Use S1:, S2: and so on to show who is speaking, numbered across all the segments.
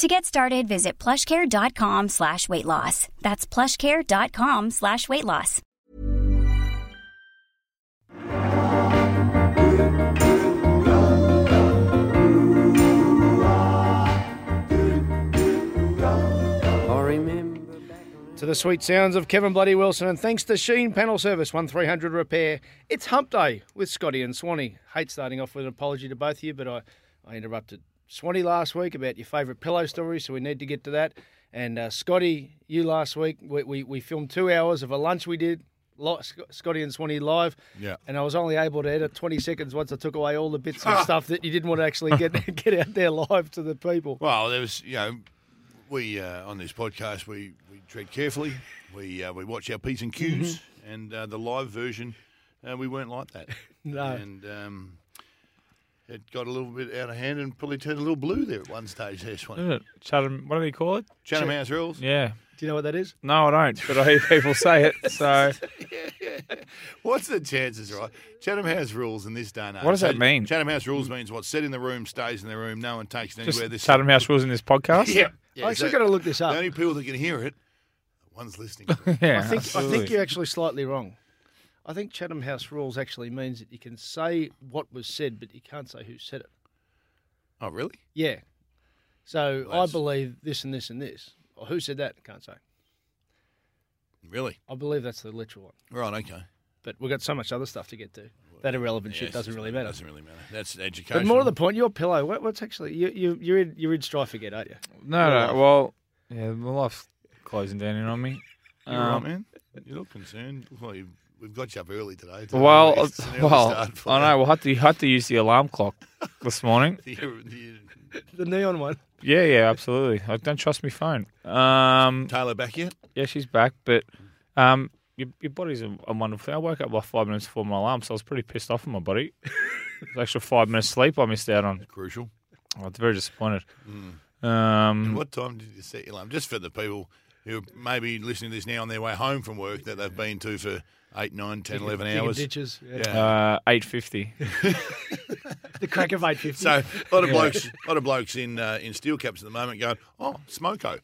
S1: To get started, visit plushcare.com slash weight loss. That's plushcare.com slash weight loss.
S2: to the sweet sounds of Kevin Bloody Wilson, and thanks to Sheen Panel Service, 1300 Repair. It's Hump Day with Scotty and Swanee. Hate starting off with an apology to both of you, but I, I interrupted Swanee last week about your favourite pillow story, so we need to get to that. And uh, Scotty, you last week, we, we, we filmed two hours of a lunch we did, lo- Sc- Scotty and Swanee live.
S3: Yeah.
S2: And I was only able to edit 20 seconds once I took away all the bits
S3: Ah.
S2: of stuff that you didn't want to actually get, get out there live to the people.
S3: Well, there was, you know, we uh, on this podcast we, we tread carefully. We uh, we watch our p's and q's,
S4: Mm-hmm.
S3: and uh, the live version, uh, we weren't like that.
S2: No.
S3: and um, it got a little bit out of hand and probably turned a little blue there at one stage. There, Swanee.
S4: Isn't it? Chatham, what do they call it?
S3: Chatham House rules.
S4: Uh, Yeah.
S2: Do you know what that is?
S4: No, I don't, but I hear people say it. So,
S3: What's the chances, right? Chatham House rules in this day and age.
S4: What does that
S3: So
S4: mean?
S3: Chatham House rules means what's said in the room stays in the room. No one takes it anywhere.
S4: just
S3: This-
S4: Chatham House rules in this podcast?
S3: Yeah. yeah
S2: I actually
S3: so
S2: got to look this up.
S3: The only people that can hear it, are the ones listening. to it.
S4: Yeah.
S2: I think I
S4: absolutely.
S2: think you're actually slightly wrong. I think Chatham House rules actually means that you can say what was said, but you can't say who said it.
S3: oh, really?
S2: Yeah. So I
S3: Well, that's-
S2: believe this and this and this. Or who said that? I can't say.
S3: Really?
S2: I believe that's the literal one.
S3: Right. Okay.
S2: But we've got so much other stuff to get to. That irrelevant shit doesn't really matter.
S3: Doesn't really matter. That's education.
S2: But more to the point, your pillow. What, what's actually you? You you're in you're in strife again, aren't you?
S4: No, no. Well, yeah, my life's closing down in on me.
S3: you all right,
S4: Um,
S3: man. You look concerned. Well, you, we've got you up early today. Don't
S4: well,
S3: we?
S4: uh,
S3: It's an early
S4: well,
S3: start for
S4: I know. We'll have to, have to use the alarm clock this morning.
S3: you. You- you-
S2: The neon one.
S4: Yeah, yeah, absolutely. I don't trust my phone. Um,
S3: Taylor back yet?
S4: yeah, she's back, but um, your, your body's a, a wonderful thing. I woke up like five minutes before my alarm, so I was pretty pissed off at my body. It was actually five minutes sleep I missed out on.
S3: Crucial.
S4: I was very disappointed.
S3: Hmm.
S4: Um,
S3: What time did you set your alarm? Just for the people who may be listening to this now on their way home from work that they've been to for 8, 9, 10, 11
S2: Digging
S3: hours.
S2: ditches. Yeah.
S3: Yeah.
S4: Uh, eight fifty.
S2: The crack of eight fifty.
S3: So a lot of blokes, a lot of blokes in uh, in steel caps at the moment going, oh, smoko,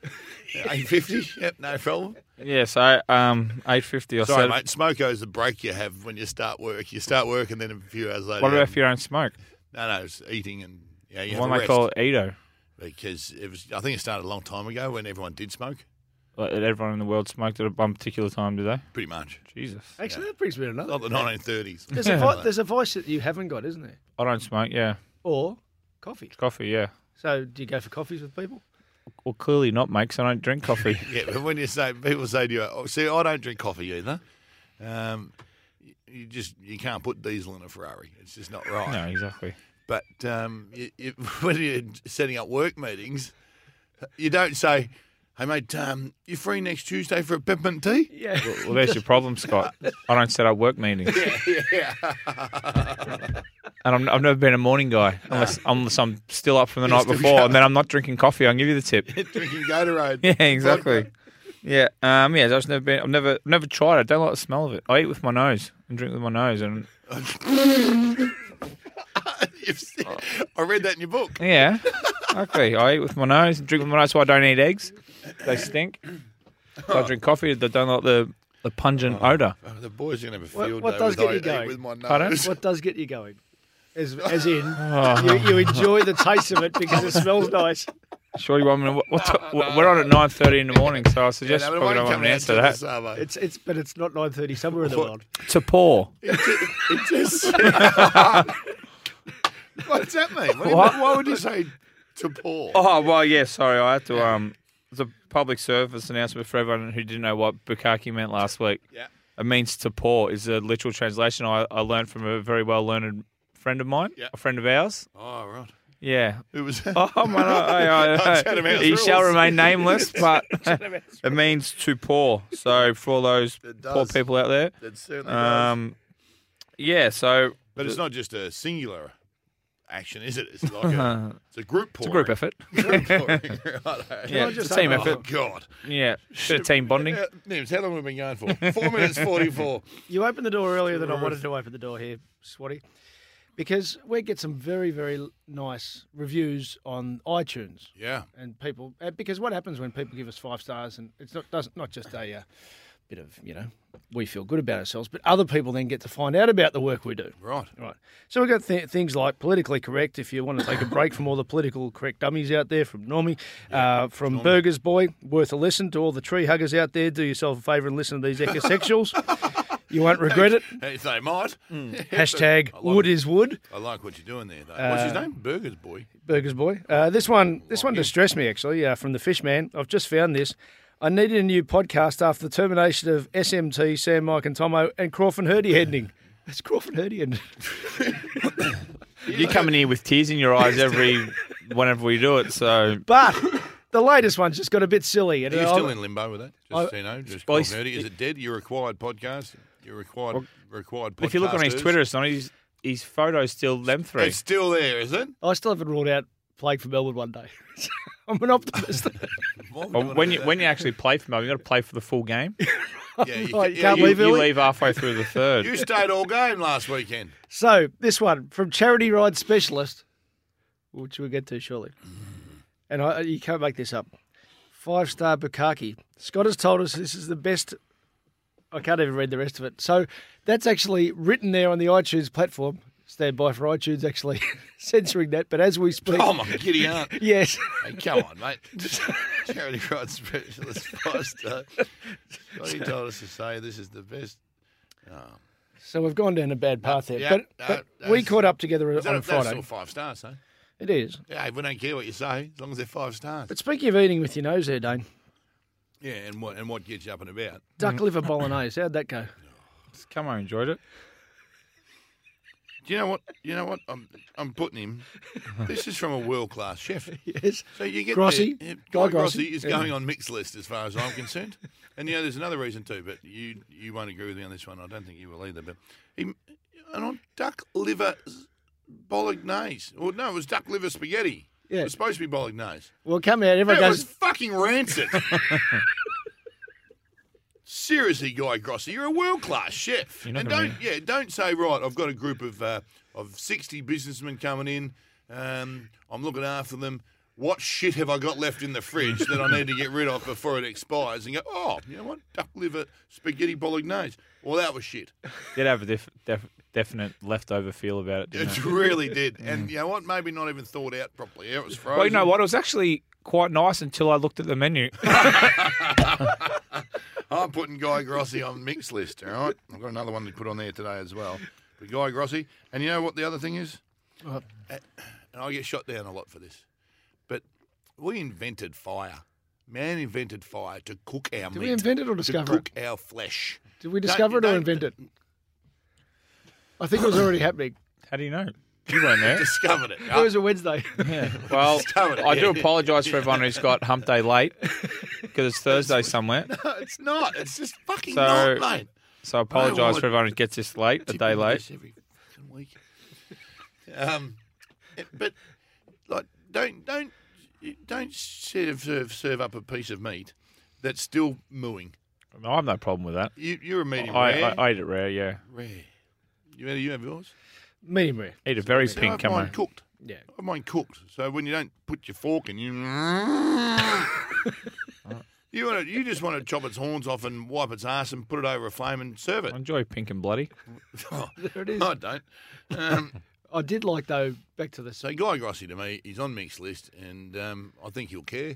S3: eight fifty, yep, no problem.
S4: yeah, so um, eight fifty. I
S3: Sorry,
S4: said,
S3: mate, smoko is the break you have when you start work. You start work and then a few hours later.
S4: what
S3: you
S4: about
S3: have-
S4: if you don't smoke?
S3: No, no, it's eating and yeah, you have a
S4: Why do they
S3: um, rest
S4: call it Edo?
S3: because it was. I think it started a long time ago when everyone did smoke,
S4: Like, everyone in the world smoked at one particular time, do they?
S3: pretty much.
S4: Jesus,
S2: actually, that brings me to another.
S3: Not the 1930s.
S2: There's a vo- there's a voice that you haven't got, isn't there?
S4: I don't smoke. Yeah,
S2: Or coffee.
S4: coffee. Yeah.
S2: So do you go for coffees with people?
S4: Well, clearly not, mate. 'cause I don't drink coffee.
S3: yeah, but when you say people say to you, oh, "See, I don't drink coffee either," um, you- you just you can't put diesel in a Ferrari. It's just not right.
S4: no, exactly.
S3: But um, you, you, when you're setting up work meetings, you don't say, "Hey mate, um, you free next Tuesday for a peppermint tea?"
S2: Yeah.
S4: Well, there's your problem, Scott. I don't set up work meetings,
S3: Yeah,
S4: and I'm, I've never been a morning guy unless, unless I'm still up from the night
S3: still
S4: before,
S3: going.
S4: and then I'm not drinking coffee. I'll give you the tip.
S3: drinking Gatorade.
S4: Yeah, exactly. Yeah, um, yeah. I've just never been. I've never, never tried. it. I don't like the smell of it. I eat with my nose and drink with my nose, and
S3: You've seen- I read that in your book.
S4: yeah, okay. I eat with my nose and drink with my nose, so I don't eat eggs. They stink. So I drink coffee. I don't like the the pungent odor.
S3: Oh, the boys are going to have a
S2: What-
S3: field
S2: what
S3: day
S2: does
S3: with,
S2: get
S3: I
S2: you
S3: eat
S2: going?
S3: with my
S4: Pardon?
S3: nose.
S2: What does get you going? As, as in, you, you enjoy the taste of it because it smells nice.
S4: Sure, you want me to? What, what, what, we're on at nine thirty in the morning, so I suggest
S3: Yeah,
S4: you
S3: no, but it won't
S4: probably don't want
S3: come
S4: me to
S3: out
S4: answer
S3: till
S4: that.
S3: the summer.
S2: It's it's, but it's not nine thirty somewhere in the world.
S4: To pour.
S3: It just. what does that mean? What do you-
S4: What?
S3: Why would you say to pour?
S4: Oh well, yeah. Sorry, I had to. Um, it's a public service announcement for everyone who didn't know what bukkake meant last week.
S3: Yeah.
S4: it means to pour. Is a literal translation. I, I learned from a very well learned friend of mine,
S3: Yeah.
S4: a friend of ours.
S3: Oh, right.
S4: Yeah.
S3: Who was that?
S4: Oh man, I, I, I,
S3: Chatham House
S4: he shall
S3: rules.
S4: remain nameless, but it means to pour. So for all those
S3: It
S4: poor
S3: does.
S4: people out there,
S3: It certainly does.
S4: um, yeah. So
S3: But it's not just a singular action, is it? It's like a, it's a group
S4: Uh-huh. it's
S3: pouring.
S4: a group effort.
S3: Group pouring. Righto.
S4: Yeah, it's a team
S3: Oh,
S4: effort.
S3: God.
S4: Yeah, bit of team bonding.
S3: Uh, Nims, how long have we been going for? Four minutes 44.
S2: You opened the door earlier than I wanted to open the door here, Swatty, because we get some very very l- nice reviews on iTunes.
S3: Yeah.
S2: and people uh, because what happens when people give us five stars and it's not doesn't not just a uh, bit of you know we feel good about ourselves but other people then get to find out about the work we do
S3: Right.
S2: right so we've got th- things like politically correct if you want to take a break from all the political correct dummies out there from normie uh, from burgers boy worth a listen to all the tree huggers out there do yourself a favour and listen to these ecosexuals you won't regret it
S3: If they might.
S2: hashtag
S3: I like
S2: wood
S3: it.
S2: is wood
S3: I like what you're doing there, though. What's his name? Burgers Boy.
S2: Burgers Boy. Uh, this one, this one distressed me actually. Uh, from the Fishman, I've just found this. I needed a new podcast after the termination of SMT, Sam, Mike, and Tomo, and Crawford Hurdy ending. It's Crawford Hurdy ending.
S4: You're coming here with tears in your eyes every whenever we do it. So
S2: But the latest one's just got a bit silly. And
S3: Are you
S2: I-
S3: still in limbo with that? Just
S2: I-
S3: so you know, just
S4: Well,
S3: well,
S4: he's-
S3: nerdy. Is it dead? You're a required podcast. You're required. required.
S4: if you look on his
S3: podcasters.
S4: Twitter, it's not his his photo's still them three.
S3: it's still there, is it?
S2: I still haven't ruled out playing for Melbourne one day. I'm an optimist.
S3: Why would
S4: Well,
S3: wanna
S4: when
S3: do
S4: you
S3: that?
S4: when you actually play for Melbourne, you got to play for the full game.
S3: yeah, you,
S2: Right,
S3: ca-
S2: can't
S3: you,
S2: leave
S4: You
S2: Really?
S4: leave halfway through the third.
S3: you stayed all game last weekend.
S2: so this one from Charity Ride Specialist, which we'll get to shortly. And I, you can't make this up. Five star Bukaki. Scott has told us this is the best I can't even read the rest of it. So that's actually written there on the iTunes platform. Stand by for iTunes actually censoring that, but as we speak,
S3: Oh my giddy aunt!
S2: yes,
S3: Hey, come on, mate. Charity ride specialist five star. Scotty told us to say this is the best.
S2: so we've gone down a bad path there.
S3: Yeah,
S2: but
S3: no,
S2: but we
S3: that's-
S2: caught up together
S3: Is
S2: on
S3: that, that's
S2: Friday.
S3: all five stars, huh?
S2: It is.
S3: Yeah, we don't care what you say as long as they're five stars.
S2: But speaking of eating with your nose, there, Dane,
S3: Yeah, and what and what gets you up and about?
S2: duck liver bolognese. How'd that go?
S4: Come on, enjoyed it.
S3: Do you know what? You know what? I'm I'm putting him. This is from a world class chef.
S2: Yes.
S3: So you get
S2: Grossi.
S3: the- yeah,
S2: Guy
S3: Guy Grossi
S2: Grossi.
S3: is going on mixed list as far as I'm concerned. And you know, there's another reason too, but you you won't agree with me on this one. I don't think you will either. But he, and on duck liver bolognese. Well, no, it was duck liver spaghetti.
S2: Yeah.
S3: It was supposed to be bolognese.
S2: Well, come out.
S3: It
S2: Everyone
S3: was
S2: goes.
S3: fucking rancid. Seriously, Guy Grossi, you're a world class chef.
S4: You're not
S3: and
S4: gonna
S3: don't yeah, don't say right. I've got a group of uh, of sixty businessmen coming in. Um, I'm looking after them. What shit have I got left in the fridge that I need to get rid of before it expires? And go, oh, you know what? Duck liver spaghetti bolognese. Well, that was shit.
S4: Did have a def, def, definite leftover feel about it. Didn't
S3: It
S4: it?
S3: really did. And you know what? Maybe not even thought out properly. Yeah, It was frozen.
S4: Well, you know what? It was actually quite nice until I looked at the menu.
S3: I'm putting Guy Grossi on mix list. All right, I've got another one to put on there today as well. But Guy Grossi, and you know what the other thing is, Uh, and I get shot down a lot for this, but we invented fire. Man invented fire to cook our meat.
S2: Did we invent it or discover
S3: to
S2: it?
S3: cook our flesh.
S2: Did we
S3: Don't-
S2: discover it or
S3: don't-
S2: invent it? I think it was already happening.
S4: How do you know? You weren't there.
S3: Discovered it.
S2: It was a Wednesday.
S4: Well,
S3: Discovered it,
S4: I do
S3: yeah.
S4: apologise for everyone who's got hump day late because it's Thursday somewhere.
S3: No, it's not. It's just fucking
S4: So-
S3: not, mate.
S4: So I apologise
S3: would-
S4: for everyone who gets this late, a
S3: Tip
S4: day
S3: me
S4: late.
S3: this every fucking week. Um, it- but like, don't don't don't serve, serve serve up a piece of meat that's still mooing.
S4: No, I have no problem with that.
S3: You, you're a medium
S4: I,
S3: rare.
S4: I, I eat it rare, yeah.
S3: rare. You had you have yours?
S2: Medium rare.
S4: Eat it very
S3: See,
S4: pink,
S3: I
S4: come
S3: have
S4: on.
S3: mine cooked.
S2: Yeah.
S3: I have mine cooked. So when you don't put your fork in, you You want to, you just want to chop its horns off and wipe its ass and put it over a flame and serve it.
S4: I enjoy pink and bloody.
S2: There it is.
S3: I don't. Um,
S2: I did like though. Back to the
S3: so Guy Grossi to me, he's on mixed list, and um, I think he'll care.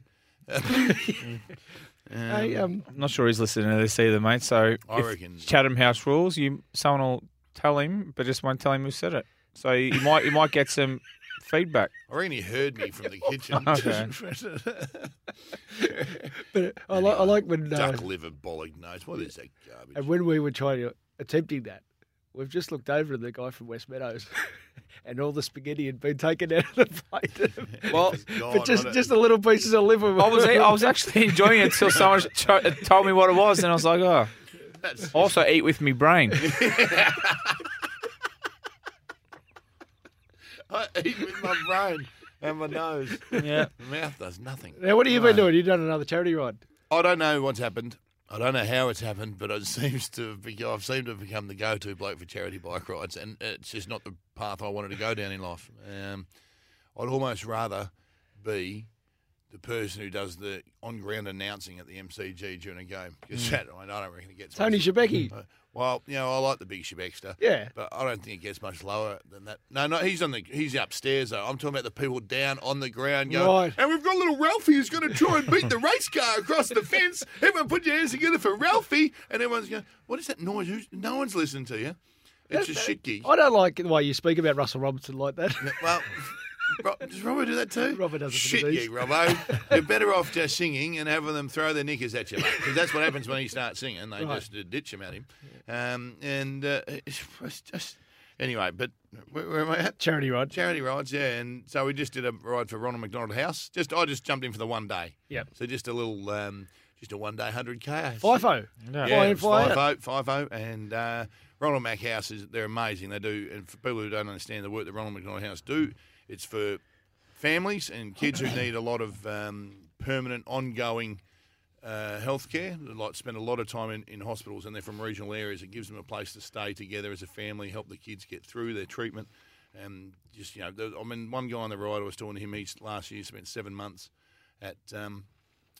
S2: Hey, um,
S4: I'm not sure he's listening to this either, mate. So
S3: I
S4: if
S3: reckon-
S4: Chatham House rules. You someone will tell him, but just won't tell him who said it. So he, he might he might get some feedback.
S3: I reckon he heard me from the kitchen.
S4: Okay.
S2: but I like I like when uh,
S3: Duck liver bollock nose. What is that garbage?
S2: and when we were trying to attempting that, we've just looked over at the guy from West Meadows, and all the spaghetti had been taken out of the plate.
S4: Well,
S3: God, I
S2: but just
S3: don't-
S2: just the little pieces of liver.
S4: I was e, I was actually enjoying it until someone cho- told me what it was, and I was like, oh.
S3: That's-
S4: Also, eat with me brain.
S3: I eat with my brain and my nose.
S4: Yeah.
S3: My mouth does nothing.
S2: Now, what have you been doing? You done another charity ride?
S3: I don't know what's happened. I don't know how it's happened, but it seems to have become, I've seemed to have become the go-to bloke for charity bike rides, and it's just not the path I wanted to go down in life. Um, I'd almost rather be the person who does the on-ground announcing at the MCG during a game because that I don't reckon it gets
S2: Hmm. Tony
S3: much-
S2: Shebeki.
S3: Uh, Well, you know, I like the big Shebekster.
S2: Yeah.
S3: But I don't think it gets much lower than that. No, no, he's on the he's upstairs though. I'm talking about the people down on the ground going.
S2: Right.
S3: And we've got little Ralphie who's going to try and beat the race car across the fence. Everyone, put your hands together for Ralphie. And everyone's going, "What is that noise? Who's, no one's listening to you. It's a shit gig."
S2: I don't like the way you speak about Russell Robinson like that.
S3: Well, Ro- does Robbo do that too?
S2: Robbo does it for
S3: Shit,
S2: the bees.
S3: yeah, Robbo. You're better off just singing and having them throw their knickers at you, mate. 'Cause that's what happens when he starts singing. They just uh, ditch him at him. Um, and uh, it's just anyway. But where, where am I at?
S2: charity ride.
S3: Charity rides, yeah. And so we just did a ride for Ronald McDonald House. Just I just jumped in for the one day.
S2: Yep.
S3: So just a little, um, just a one day hundred k.
S2: FIFO. Fly
S4: Yeah.
S3: Yeah,
S2: in, fly out.
S3: five five oh, and uh, Ronald Mac House is they're amazing. They do, and for people who don't understand the work that Ronald McDonald House do, it's for families and kids who need a lot of um, permanent, ongoing uh, healthcare. They like spend a lot of time in, in hospitals, and they're from regional areas. It gives them a place to stay together as a family, help the kids get through their treatment, and just you know, the- I mean, one guy on the ride I was talking to him. He last year spent seven months at. Um,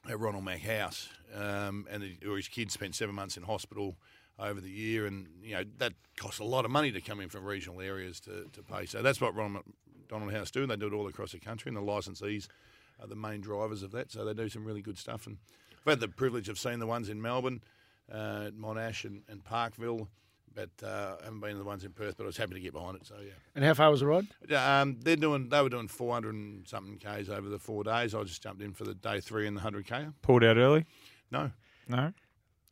S3: at Ronald Mack House, um, and the, or his kid spent seven months in hospital over the year, and you know that costs a lot of money to come in from regional areas to, to pay. So that's what Ronald Donald House do, and they do it all across the country, and the licensees are the main drivers of that. So they do some really good stuff, and I've had the privilege of seeing the ones in Melbourne, uh, at Monash and, and Parkville. But uh, I haven't been to the ones in Perth, but I was happy to get behind it. So yeah,
S2: And how far was the ride?
S3: yeah, um, they're doing. They were doing four hundred and something k's over the four days. I just jumped in for the day three and the hundred k.
S4: Pulled out early.
S3: No,
S4: No.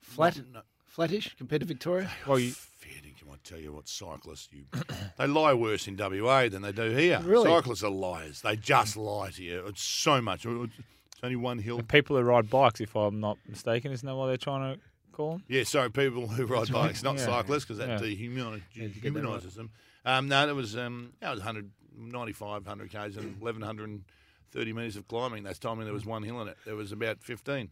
S2: Flat,
S3: No.
S2: flattish compared to Victoria.
S4: Well, you,
S3: Fair dinkum, I tell you what, cyclists, you they lie worse in WA than they do here.
S2: Really?
S3: Cyclists are liars. They just lie to you. It's so much. It's only one hill.
S4: the people who ride bikes, if I'm not mistaken, isn't that what they're trying to call them?
S3: Yeah, sorry, people who ride bikes, not
S4: Yeah.
S3: cyclists, because that
S4: Yeah.
S3: dehumani-
S2: get that
S3: dehumanises them. Um, no, that was um, that was 195, 100 k's and 1130 metres of climbing. They told me there was one hill in it. There was about 15.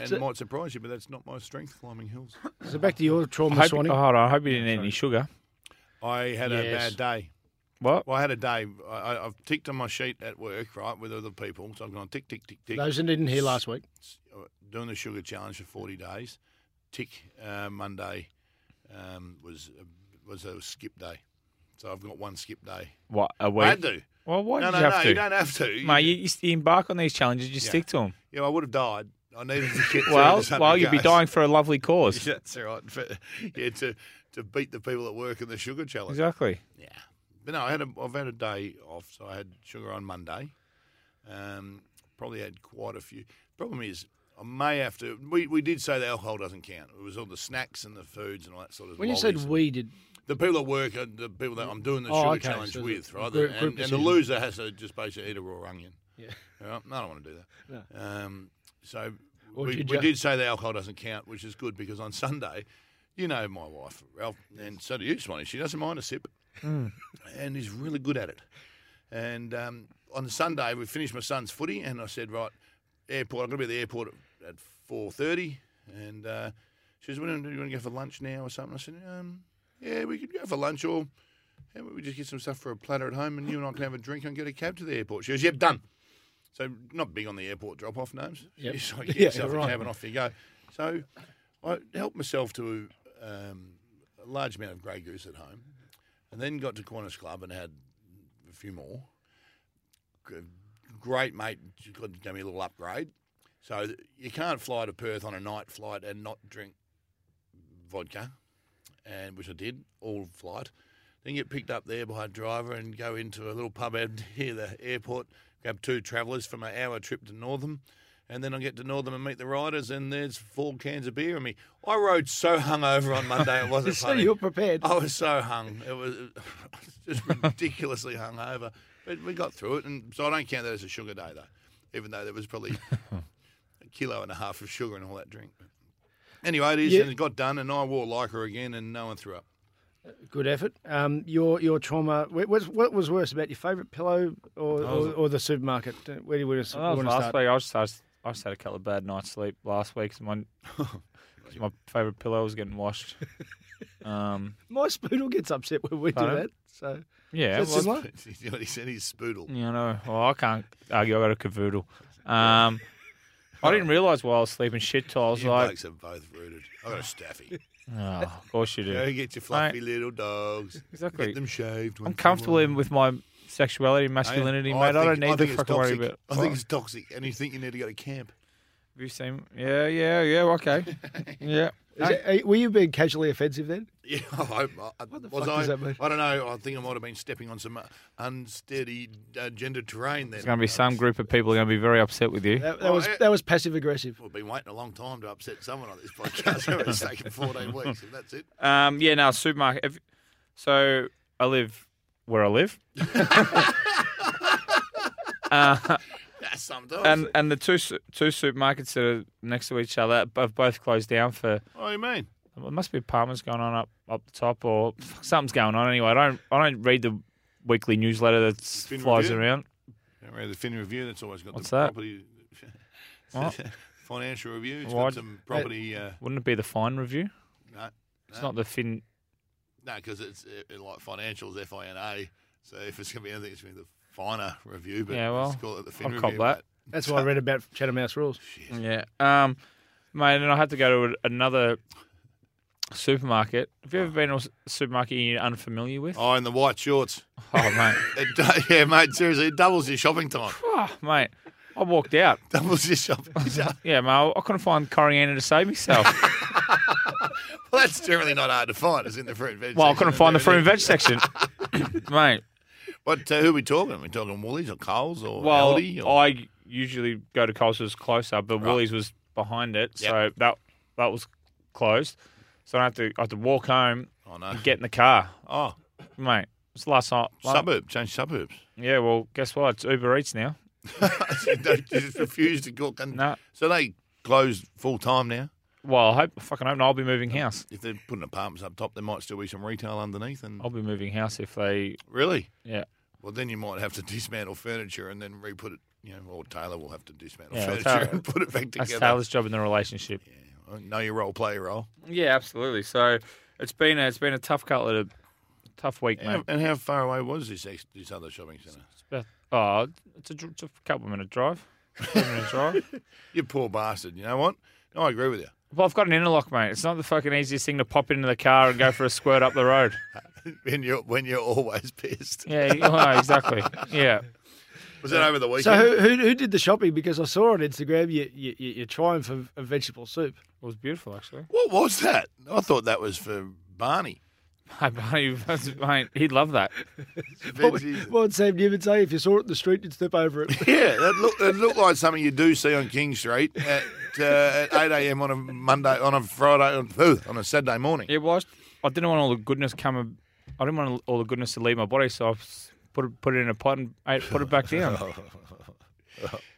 S3: And it might surprise you, but that's not my strength climbing hills.
S2: So back to your
S4: I
S2: trauma,
S4: hope,
S2: Swanee.
S4: oh, hold on. I hope you didn't eat any sugar.
S3: I had
S2: Yes.
S3: a bad day.
S4: What?
S3: Well, I had a day. I, I- I've ticked on my sheet at work, right, with other people. So I've gone tick, tick, tick, tick.
S2: Those that didn't hear last week.
S3: Doing the sugar challenge for 40 days. Tick uh, Monday um, was a, was a skip day. So I've got one skip day.
S4: What? A week?
S3: I had to.
S4: Well, why
S3: no,
S4: did
S3: no,
S4: you have
S3: no.
S4: to?
S3: You don't have to. You
S4: Mate,
S3: ju-
S4: you, you, you embark on these challenges, you stick to them.
S3: yeah, I would have died. I needed to get through
S4: Well,
S3: this 100
S4: well, you'd be
S3: k's.
S4: dying for a lovely cause.
S3: Yeah, That's all right. For- yeah, to, to beat the people at work in the sugar challenge.
S4: Exactly.
S3: Yeah, but no, I had a, I've had a day off, so I had sugar on Monday. Um, probably had quite a few. Problem is, I may have to. We, we did say the alcohol doesn't count. It was all the snacks and the foods and all that sort of.
S2: When you
S3: lollies
S2: said
S3: and-
S2: we did,
S3: the people at work, are the people that I'm doing the
S2: Oh,
S3: sugar
S2: okay,
S3: challenge
S2: so the
S3: with, right?
S2: group-
S3: and,
S2: group
S3: and the
S2: decision.
S3: loser has to just basically eat a raw onion.
S2: Yeah.
S3: All right? No, I don't want to do that. Um, so
S2: Or
S3: we,
S2: did
S3: we
S2: you-
S3: did say the alcohol doesn't count, which is good because on Sunday, you know my wife, Ralph, and so do you, Swanee. She doesn't mind a sip
S2: Mm.
S3: and is really good at it. And um, on Sunday, we finished my son's footy, and I said, right, airport. I'm going to be at the airport at, at 4.30. And uh, she says, "What do you want to do? You want to go for lunch now or something? I said, um, yeah, we could go for lunch or how about we just get some stuff for a platter at home and you and I can have a drink and get a cab to the airport. She goes, yep, done. So not big on the airport drop off names.
S5: Yep.
S3: You just like, get
S2: Yeah,
S3: yourself a
S2: right.
S3: cab and off you go. So I helped myself to um, a large amount of grey goose at home, and then got to Qantas Club and had a few more. G- Great mate, she got- gave me a little upgrade. So th- you can't fly to Perth on a night flight and not drink vodka, and which I did all flight. Then get picked up there by a driver and go into a little pub out near the airport, grab two travellers from an hour trip to Northam. And then I get to Northam and meet the riders, and there's four cans of beer in me. I rode so hungover on Monday, it wasn't
S2: So
S3: funny.
S2: you're prepared.
S3: I was so hung. It was I was just ridiculously hungover. But we got through it, and so I don't count that as a sugar day, though, even though there was probably a kilo and a half of sugar in all that drink. But anyway, it is,
S5: Yeah.
S3: and it got done, and I wore Leica again, and no one threw up.
S5: Good effort. Um, your your trauma. What was, what was worse about your favourite pillow or, or, or the supermarket?
S2: Uh,
S5: Where do you want to,
S4: Well, that was
S5: want to
S4: last
S5: start?
S4: week. I just, I just I just had a couple of bad nights sleep last week. 'cause my 'cause my favourite pillow was getting washed. Um,
S2: My spoodle gets upset when we do
S4: Pardon?
S2: that. So
S4: yeah,
S2: Is that
S4: well,
S2: similar?
S3: you know what he said? He's spoodle.
S4: you know, well, Mm, I can't argue. I got a cavoodle. Um, I didn't realise while I was sleeping shit till I was
S3: You
S4: like,
S3: blokes are both rooted. I got a staffy.
S4: oh, of course you
S3: Go
S4: do.
S3: get your fluffy little dogs.
S4: Exactly.
S3: Get them shaved.
S4: I'm comfortable in
S3: with
S4: with my sexuality, masculinity, mate. I don't need to fucking worry about.
S3: I think it's toxic, and you think you need to go to camp.
S4: Have you seen? Yeah, yeah, yeah. Okay. yeah.
S2: is it- are- were you being casually offensive then?
S3: Yeah, I hope. I,
S2: the
S3: was
S2: fuck
S3: I,
S2: does that mean?
S3: I don't know. I think I might have been stepping on some uh, unsteady uh, gender terrain then.
S4: There's going to be some group of people going to be very upset with you.
S2: That, that
S5: Oh,
S3: Well,
S2: was
S3: it-
S2: that was passive aggressive.
S3: We've been waiting a long time to upset someone on this podcast. it's taken 14 weeks, and that's it.
S4: Um, yeah, no, supermarket. If, so I live where I live. uh,
S3: Yeah, sometimes.
S4: and and the two su- two supermarkets that are next to each other have both closed down for.
S3: what do you mean?
S4: There must be apartments going on up up the top or something's going on anyway. I don't I don't read the weekly newsletter that
S3: been
S4: flies
S3: reviewed?
S4: around.
S3: Don't read the Fin Review. That's always got
S4: What's
S3: the
S4: that?
S3: property.
S4: What?
S3: Financial Review. It's got
S4: Why'd-
S3: some property. Uh,
S4: Wouldn't it be the fine review?
S3: no,
S4: It's not the fin.
S3: no, because it's uh, uh, like financials, F I N A. So if it's going to be anything, it's going to be the finer review. But
S4: Yeah, well,
S3: let's call it the Fin
S4: I'd cop
S3: Review.
S4: that.
S3: mate.
S5: That's what I read about Chatham House rules.
S4: Yeah. Um, mate, and I had to go to a- another supermarket. Have you ever been to a s- supermarket you're unfamiliar with?
S3: Oh, and the white shorts.
S4: Oh, mate.
S3: It, do- yeah, mate, seriously, it doubles your shopping time.
S4: Oh, mate. I walked out.
S3: Doubles your shopping time.
S4: Yeah, mate. I- I couldn't find coriander to save myself.
S3: Well, that's generally not hard to find, is in the fruit and veg
S4: well, I
S3: section,
S4: couldn't find the
S3: isn't
S4: fruit and
S3: it?
S4: veg section. mate.
S3: But uh, who are we talking? Are we talking Woolies or Coles or
S4: Well,
S3: Aldi? Or...
S4: I usually go to Coles was closer, but Woolies was behind it, so that that was closed. So I had to I had to walk home
S3: Oh, no.
S4: and get in the car,
S3: Oh,
S4: mate. It's the last time.
S3: suburb. Change suburbs.
S4: Yeah, well, guess what? It's Uber Eats now.
S3: they just refuse to cook. And...
S4: No.
S3: So they closed full time now.
S4: Well, I hope fucking hope not. I'll be moving house.
S3: If they're putting apartments up top, there might still be some retail underneath. And
S4: I'll be moving house if they.
S3: Really?
S4: Yeah,
S3: Well, then you might have to dismantle furniture and then re-put it, you know, or Taylor will have to dismantle
S4: Yeah, well,
S3: furniture
S4: Taylor-
S3: and put it back
S4: that's
S3: together. Oh,
S4: Taylor's job in the relationship.
S3: Know your role, play your role.
S4: Yeah, absolutely. So it's been a, it's been a tough couple of tough week, mate.
S3: And, and how far away was this ex- this other shopping centre?
S4: It's about, oh, it's a, dr- it's a couple of minute drive. Couple of minute drive.
S3: You poor bastard. You know what? No, I agree with you.
S4: Well, I've got an interlock, mate. It's not the fucking easiest thing to pop into the car and go for a squirt up the road.
S3: When you're when you're always pissed.
S4: Yeah, oh, exactly. Yeah.
S3: Was that over the weekend?
S2: So who, who who did the shopping? Because I saw on Instagram you you, you, you triumph of, of vegetable soup.
S4: It was beautiful, actually.
S3: what was that? I thought that was for Barney.
S4: Mate, Barney- mate, he'd love that.
S2: What would, what would Sam Newman say if you saw it in the street? You'd step over it.
S3: Yeah, that looked that looked like something you do see on King Street at, uh, at eight a.m. on a Monday, on a Friday, on, phew, on a Saturday morning.
S4: It was. I didn't want all the goodness come. I didn't want all the goodness to leave my body, so I s- put it, put it in a pot and ate, put it back down.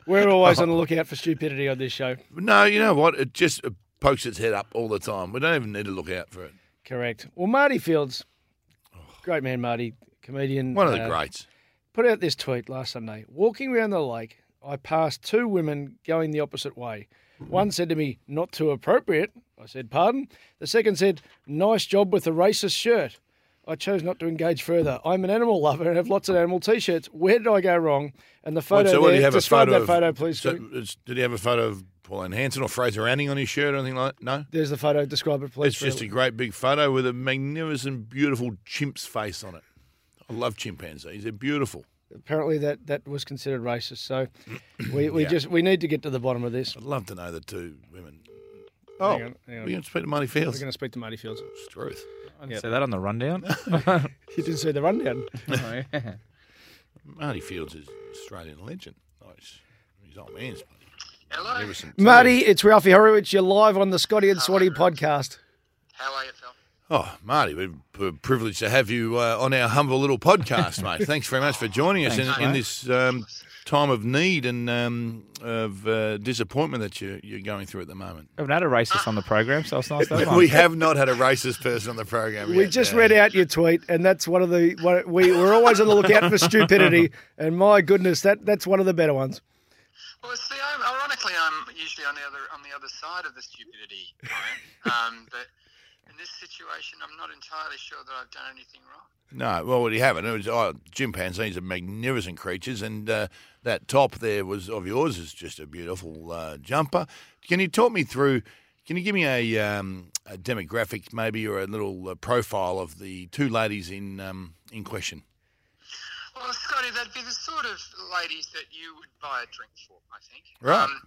S2: We're always on the lookout for stupidity on this show.
S3: No, you know what? It just uh, pokes its head up all the time. We don't even need to look out for it.
S2: Correct. Well, Marty Fields, great man, Marty, comedian.
S3: One of the
S2: uh,
S3: greats.
S2: put out this tweet last Sunday. Walking around the lake, I passed two women going the opposite way. One said to me, not too appropriate. I said, pardon. The second said, nice job with the racist shirt. I chose not to engage further. I'm an animal lover and have lots of animal T-shirts. Where did I go wrong? And the
S3: Wait,
S2: photo
S3: so what
S2: there,
S3: do you have a
S2: describe
S3: photo
S2: that
S3: of?
S2: photo, please.
S3: so
S2: Drew.
S3: it's- did he have a photo of Pauline Hanson or Fraser Anning on his shirt or anything like that? No?
S2: There's the photo. Describe it, please.
S3: It's just a
S2: Drew.
S3: great big photo with a magnificent, beautiful chimp's face on it. I love chimpanzees. They're beautiful.
S2: apparently that that was considered racist. So we, we just we need to get to the bottom of this.
S3: I'd love to know the two women. Oh,
S2: Hang on, hang on.
S3: we're going to speak to Marty Fields.
S2: We're going to speak to Marty Fields.
S3: It's truth.
S4: I didn't say that on the rundown.
S2: You didn't see the rundown.
S3: Marty Fields is Australian legend. Nice. He's old man's bloody
S6: Hello.
S3: magnificent too.
S2: Marty, it's Ralphie Horowitz. You're live on the Scotty and Swatty podcast.
S6: How are you, Phil?
S3: Oh, Marty, we're- we're privileged to have you uh, on our humble little podcast, mate. Thanks very much for joining us
S4: Thanks,
S3: in, in
S4: mate.
S3: this um, time of need and um, of uh, disappointment that you, you're going through at the moment.
S4: haven't had a racist on the program, so it's nice to have one.
S3: We have not had a racist person on the program. uh,
S2: We just read out your tweet, and that's one of the one- we we're always on the lookout for stupidity. And my goodness, that that's one of the better ones.
S6: Well, see, I'm, ironically, I'm usually on the other on the other side of the stupidity. Ryan. um, but in this situation, I'm not entirely sure that I've done anything wrong.
S3: No, well, we haven't. It was oh, chimpanzees are magnificent creatures, and uh, that top there was of yours is just a beautiful uh, jumper. Can you talk me through? Can you give me a, um, a demographic, maybe, or a little uh, profile of the two ladies in um, in question?
S6: Well, Scotty, that'd be the sort of ladies that you would buy a drink for, I think.
S3: Right.
S6: Um,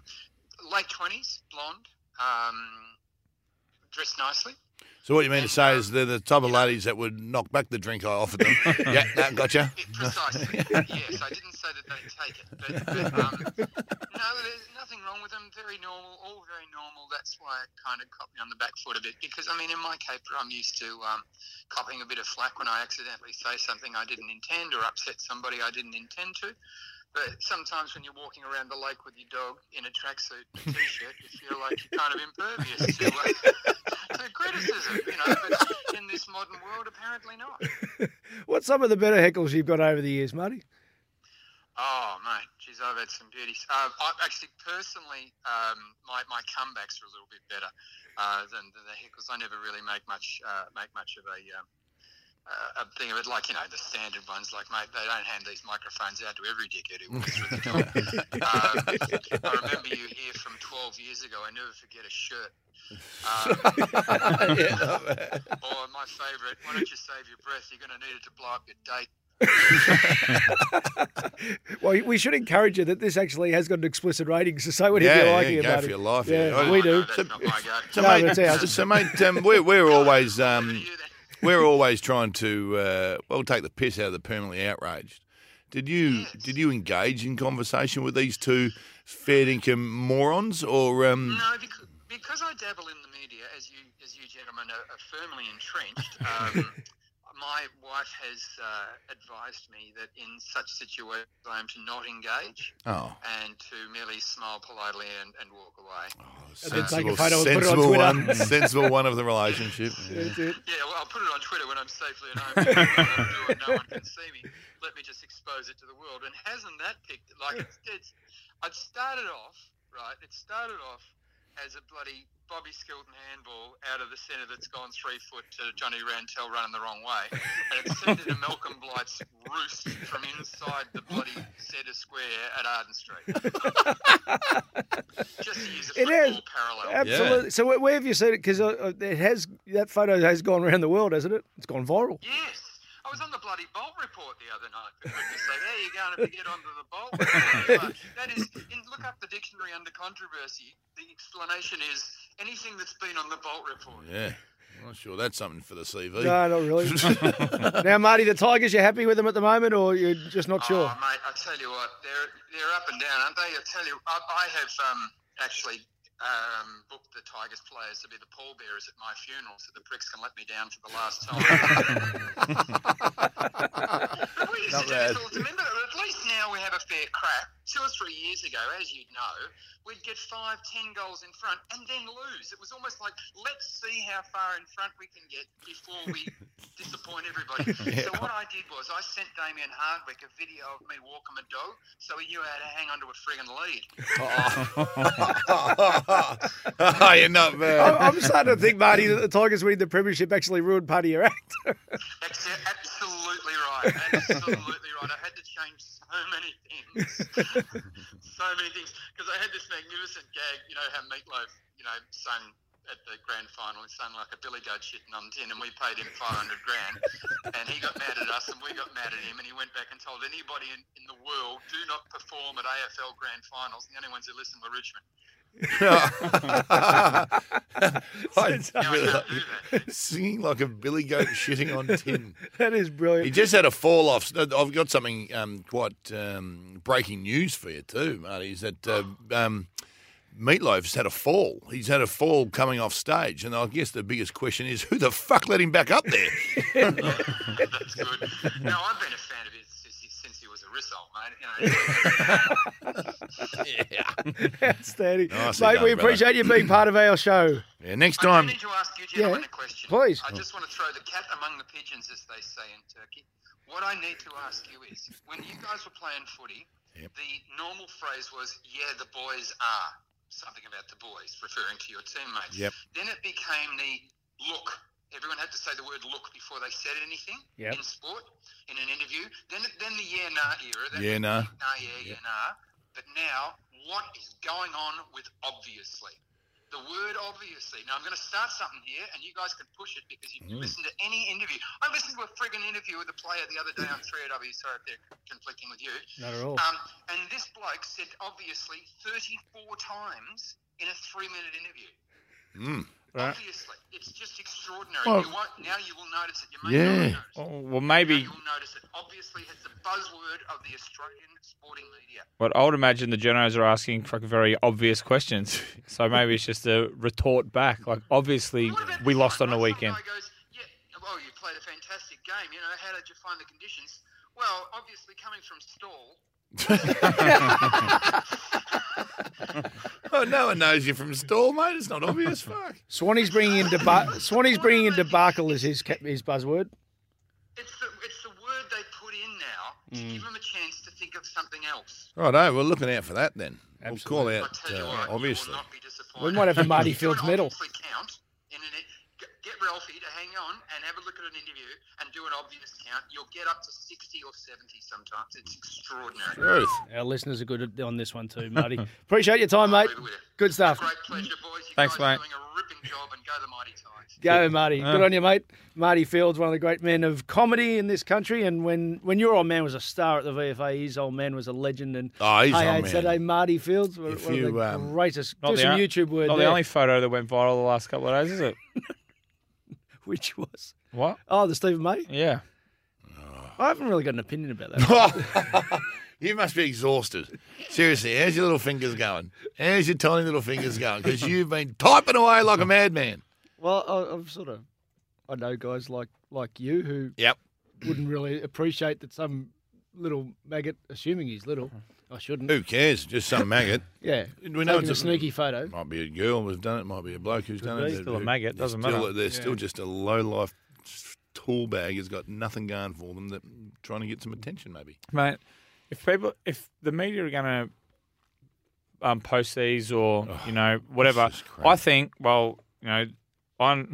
S6: late twenties, blonde, um, dressed nicely.
S3: So what you mean to say is they're the type of ladies that would knock back the drink I offered them? yeah, no, gotcha.
S6: Yeah, precisely. yes, I didn't say that they take it, but, but um, no, there's nothing wrong with them. Very normal, all very normal. That's why it kind of caught me on the back foot a bit because I mean, in my caper, I'm used to um, copying a bit of flack when I accidentally say something I didn't intend or upset somebody I didn't intend to. But sometimes when you're walking around the lake with your dog in a tracksuit and a t-shirt, you feel like you're kind of impervious to, uh, to criticism, you know. But in this modern world, apparently not.
S2: What's some of the better heckles you've got over the years, Marty?
S6: Oh mate, geez, I've had some beauties. Uh, I actually personally, um, my, my comebacks are a little bit better uh, than, than the heckles. I never really make much uh, make much of a um, uh, a thing of it. Like you know, the standard ones. Like mate, they don't hand these microphones out to every dickhead who walks through the door. um, I remember you here from 12 years ago. I never forget a shirt. Um, or my favourite. Why don't you save your breath? You're going to need it to blow up your date.
S2: Well, we should encourage you that this actually has got an explicit rating, so say whatever
S3: Yeah,
S2: you
S3: yeah,
S2: like here,
S3: go
S2: Marty.
S3: for your life,
S2: Yeah,
S3: yeah.
S6: Oh, no,
S2: we do.
S6: that's not my go.
S3: So,
S2: No,
S3: mate,
S2: that's ours.
S3: so, mate um, we're, we're always
S6: Over to
S3: um,
S6: you then.
S3: we're always trying to uh, well take the piss out of the permanently outraged. Did you did you engage in conversation with these two fair income morons or um,
S6: No, because, because I dabble in the media, as you as you gentlemen are, are firmly entrenched. Um, my wife has uh, advised me that in such situations I am to not engage
S3: oh
S6: and to merely smile politely and, and walk away.
S2: then take a
S3: sensible,
S2: photo and put it on
S3: sensible
S2: Twitter.
S3: one sensible one of the relationship? Yeah.
S6: Yeah, well, I'll put it on Twitter when I'm safely at home. I'll do it, no one can see me. Let me just expose it to the world. And hasn't that picked it? Like, it's, it's, it started off, right? It started off as a bloody Bobby Skilton handball out of the centre that's gone three foot to Johnny Rantel running the wrong way. And it's sent into Malcolm Blight's roost from inside the bloody centre square at Arden Street. just to use a
S2: It is.
S6: football parallel.
S2: Absolutely. So where- where have you seen it? Because it has that photo has gone around the world, hasn't it? It's gone viral.
S6: Yes. I was on the bloody Bolt report the other night. For goodness sake, there you go. And if you get onto the Bolt report, that is, in, look up the dictionary under controversy. The explanation is anything that's been on the Bolt report.
S3: Yeah. I'm not sure that's something for the CV.
S2: No, not really. now, Marty, the Tigers, you happy with them at the moment, or you're just not sure?
S6: Oh, mate, I tell you what, they're they're up and down, aren't they? I tell you, I, I have um, actually um, booked the Tigers players to be the pallbearers at my funeral, so the pricks can let me down for the last time. But we used
S3: Not
S6: to do this
S3: bad.
S6: all the time. Remember, at least now now we have a fair crack. Two or three years ago, as you'd know, we'd get five, ten goals in front and then lose. It was almost like, let's see how far in front we can get before we disappoint everybody. So what I did was I sent Damien Hardwick a video of me walking my dog so he knew how to hang onto a friggin' lead.
S3: oh, you're not
S2: I'm,
S3: bad.
S2: I'm starting to think, Marty, that the Tigers winning the premiership actually ruined part of your act.
S6: That's it. absolutely right. Absolutely right. I had to change so many things. so many things. Because I had this magnificent gag, you know, how Meatloaf, you know, sung at the grand final, he sung like a billy goat shitting on tin, and we paid him 500 grand. And he got mad at us, and we got mad at him, and he went back and told anybody in, in the world, do not perform at AFL grand finals. The only ones who listened were Richmond.
S3: I
S6: Now I
S3: really
S6: can't
S3: like
S6: do
S3: you.
S6: that.
S3: Singing like a billy goat shitting on tin.
S2: that is brilliant.
S3: He just had a fall off. I've got something um, quite um, breaking news for you too, Marty. Is that uh, um, Meatloaf's had a fall. He's had a fall coming off stage, and I guess the biggest question is who the fuck let him back up there?
S6: That's good. No, I've been a fan of his since he, since he was a Rissole, mate. You know,
S2: Outstanding. Mate,
S3: Nicely Oh, done,
S2: we
S3: brother.
S2: appreciate you being part of our show.
S3: yeah, next
S6: I
S3: time.
S6: do need to ask you, gentlemen, a question.
S2: please.
S6: I just want to throw the cat among the pigeons, as they say in Turkey. What I need to ask you is, when you guys were playing footy, the normal phrase was, "Yeah, the boys are." Something about the boys, referring to your teammates.
S3: Yep.
S6: Then it became the look. Everyone had to say the word "look" before they said anything
S2: Yep.
S6: in sport, in an interview. Then, then the yeah nah era. That
S3: Yeah,
S6: was
S3: nah.
S6: nah, yeah, yeah, nah. But now, what is going on with obviously? The word obviously. Now, I'm going to start something here, and you guys can push it because you
S2: Mm.
S6: listen to any interview. I listened to a friggin' interview with a player the other day on 3AW. Sorry if they're conflicting with you.
S2: Not at all.
S6: Um, and this bloke said obviously 34 times in a three minute interview.
S2: Mm.
S4: Right.
S6: Obviously. It's just extraordinary.
S3: Well-
S6: you won't, now you will notice it. You may
S3: Yeah.
S6: not notice.
S4: Oh, well,
S6: Now
S4: maybe.
S6: you'll notice it. Obviously, it's the buzzword of the Australian sporting media.
S4: But I would imagine the journos are asking fucking very obvious questions. So maybe it's just a retort back. Like, obviously,
S6: What about
S4: we
S6: this
S4: lost
S6: one?
S4: on the
S6: Like, some
S4: weekend.
S6: guy goes, yeah, well, you played a fantastic game. You know, how did you find the conditions? Well, obviously, coming from stall.
S3: Oh, no one knows you from stall, mate. It's not obvious. Fuck.
S2: Swanee's bringing in deba- Swanee's bringing in debacle is his ca- his buzzword.
S6: It's the, it's the word they put in now to
S4: Mm.
S6: give them a chance to think of something else.
S3: Righto, we're looking out for that then.
S2: Absolutely.
S3: We'll
S6: I
S3: call out,
S6: tell you
S3: uh,
S6: what,
S3: obviously.
S6: you will not be disappointed.
S2: We might have the Marty
S6: If you
S2: Fields
S6: don't
S2: medal.
S6: obviously count in an in- g- Get Ralphie to hang on and have a look at an interview and do an obvious count. You'll get up to 60 or 70 sometimes. It's extraordinary.
S3: Truth.
S2: Our listeners are good at- on this one too, Marty. Appreciate your time, mate. Good stuff.
S6: Great pleasure, boys. You
S4: Thanks,
S6: guys are
S4: mate.
S6: doing a ripping job and go the mighty tides.
S2: Go, Marty.
S3: Ah.
S2: Good on you, mate. Marty Fields, one of the great men of comedy in this country. And when, when your old man was a star at the VFA, his old man was a legend. And
S3: Oh, his
S2: Hey,
S3: old
S2: hey,
S3: man.
S2: Saturday, Marty Fields, one
S3: If
S2: one of
S3: you,
S2: the
S3: um,
S2: greatest.
S4: Not
S2: Do
S4: the
S2: some
S4: on-
S2: YouTube word
S4: Not
S2: there,
S4: the only photo that went viral the last couple of days, is it?
S2: which was
S4: What?
S2: oh, the Stephen May.
S4: Yeah.
S2: I haven't really got an opinion about that.
S3: you must be exhausted. Seriously, how's your little fingers going? How's your tiny little fingers going? Because you've been typing away like a madman.
S2: well, I, I'm sort of, I know guys like like you who
S3: Yep.
S2: wouldn't really appreciate that some little maggot, assuming he's little, I shouldn't.
S3: Who cares? Just some maggot.
S2: Yeah,
S3: We know
S2: taking
S3: it's
S2: a
S3: a-
S2: sneaky photo.
S3: Might be a girl who's done it. Might be a bloke who's done
S4: be.
S3: it.
S4: Still a
S3: Who-
S4: maggot,
S3: they're
S4: doesn't
S3: still,
S4: matter.
S3: They're still just a low life tool bag. Has got nothing going for them. That trying to get some attention, maybe.
S4: Mate, if people, if the media are going to um, post these or you know whatever,
S3: this is crap.
S4: I think well, you know, I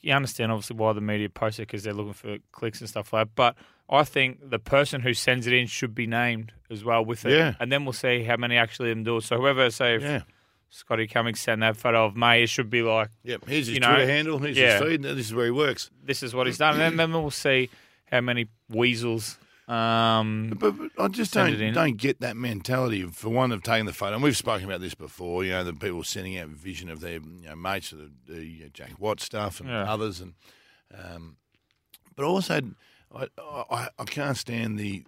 S4: you understand obviously why the media post it because they're looking for clicks and stuff like that. But I think the person who sends it in should be named as well with it,
S3: Yeah.
S4: and then we'll see how many actually them do it. So whoever, say, if
S3: Yeah.
S4: Scotty Cummings sent that photo of May, it should be like
S3: Yep. Here's his
S4: You know,
S3: Twitter handle. Here's
S4: yeah.
S3: his feed. and This is where he works.
S4: this is what he's done, and then, then we'll see how many weasels. Um,
S3: But, but I just
S4: Send
S3: don't
S4: it in.
S3: don't get that mentality. of, For one, of taking the photo, and we've spoken about this before. You know, the people sending out vision of their you know, mates, the, the you know, Jack Watt stuff, and
S4: Yeah.
S3: others, and um, but also, I, I I can't stand the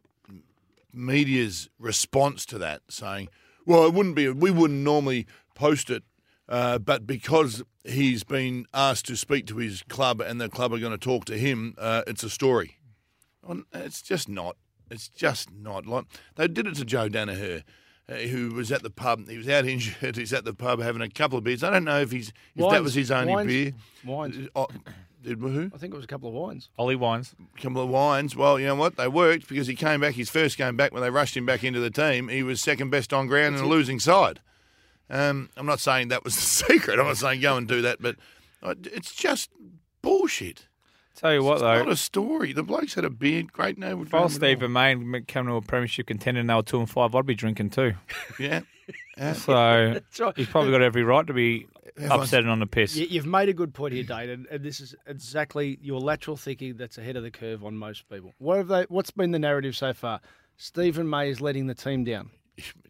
S3: media's response to that, saying, "Well, it wouldn't be. We wouldn't normally post it." Uh, but because he's been asked to speak to his club and the club are going to talk to him, uh, it's a story. Well, It's just not. It's just not like they did it to Joe Danaher, uh, who was at the pub. He was out injured. He's at the pub having a couple of beers. I don't know if he's if that
S2: Wines.
S3: was his only
S2: Wines.
S3: beer.
S2: Wines.
S3: Oh, did who?
S2: I think it was a couple of wines.
S4: Ollie Wines.
S3: couple of wines. Well, you know what? They worked because he came back his first game back when they rushed him back into the team. He was second best on ground and a losing side. Um, I'm not saying that was the secret. I'm not saying go and do that, but uh, it's just bullshit.
S4: Tell you what
S3: It's
S4: though,
S3: not a story. The bloke's had a beard, great name.
S4: if I was Steve Vermain came to a premiership contender and they were two and five, I'd be drinking too.
S3: Yeah.
S4: So
S2: right.
S4: he's probably got every right to be
S3: Everyone's-
S4: upset and on the piss.
S2: You, you've made a good point here, Dane, and, and this is exactly your lateral thinking that's ahead of the curve on most people. What have they? What's been the narrative so far? Stephen May is letting the team down.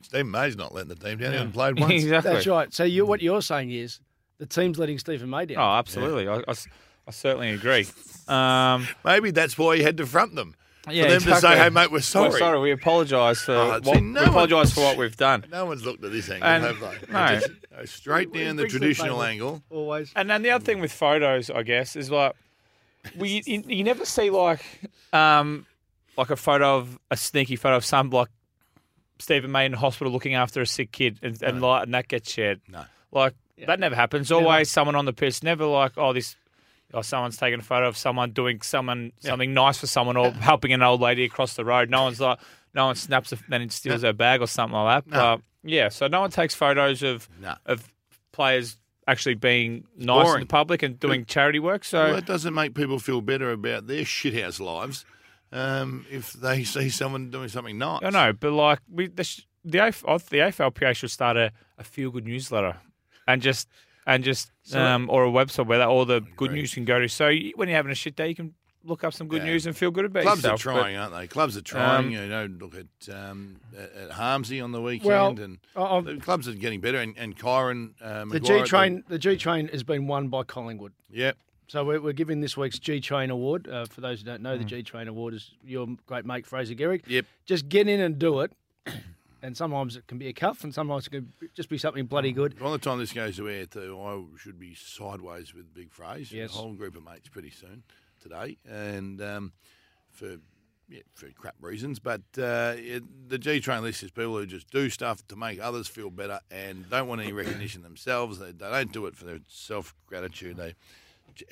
S3: Steve May's not letting the team down. He hasn't played once.
S4: exactly.
S2: That's right. So you, what you're saying is the team's letting Stephen May down.
S4: Oh, absolutely. I- I, s- I certainly agree. Um,
S3: Maybe that's why he had to front them.
S4: yeah,
S3: for them to
S4: exactly.
S3: say, "Hey, mate, we're sorry."
S4: We're sorry. We apologise for
S3: Oh, see,
S4: what,
S3: no
S4: we
S3: one-
S4: apologise for what we've done.
S3: No one's looked at this angle,
S4: And-
S3: have they? They
S4: no.
S3: just go straight down the
S2: Brings to
S3: traditional
S2: table.
S3: angle.
S2: Always.
S4: And then the other thing with photos, I guess, is like we you, you never see like um like a photo of a sneaky photo of some like Stephen May in hospital looking after a sick kid and, and like and that gets shared.
S3: No.
S4: Like that never happens. Always someone on the piss. Never like oh this oh someone's taking a photo of someone doing someone something nice for someone or helping an old lady across the road. No one's like no one snaps a, then steals her bag or something like that. But yeah, so no one takes photos of
S3: No.
S4: of players actually being nice
S3: boring.
S4: in the public and doing charity work. So
S3: Well, that doesn't make people feel better about their shithouse lives um, if they see someone doing something nice.
S4: I know, but like we, the, sh- the, AF, I th- the AFLPA should start a, a feel good newsletter, and just and just um, or a website where that all the good news can go to. So you, when you're having a shit day, you can look up some good
S3: Yeah.
S4: news and feel good about
S3: Clubs
S4: yourself.
S3: are
S4: but- um,
S3: trying, aren't they? Clubs are trying. you know, look at um, at at Harmsey on the weekend,
S2: Well,
S3: and
S2: I- I'm-
S4: um,
S3: the clubs are getting better. And, and Kyron, uh,
S2: The
S3: Maguire
S2: G
S3: at
S2: train. The G train has been won by Collingwood.
S3: Yep.
S2: So we're, we're giving this week's G Train Award. Uh, for those who don't know, the G Train Award is your great mate Fraser Gehrig.
S3: Mm. Yep.
S2: Just get in and do it. And sometimes it can be a cuff, and sometimes it can be- just be something bloody good.
S3: By the time this goes to air, too, I should be sideways with Big Phrase.
S2: Yes.
S3: A whole group of mates pretty soon today, and um, for yeah, for crap reasons. But uh, it, the G Train list is people who just do stuff to make others feel better and don't want any recognition themselves. They, they don't do it for their self gratitude. They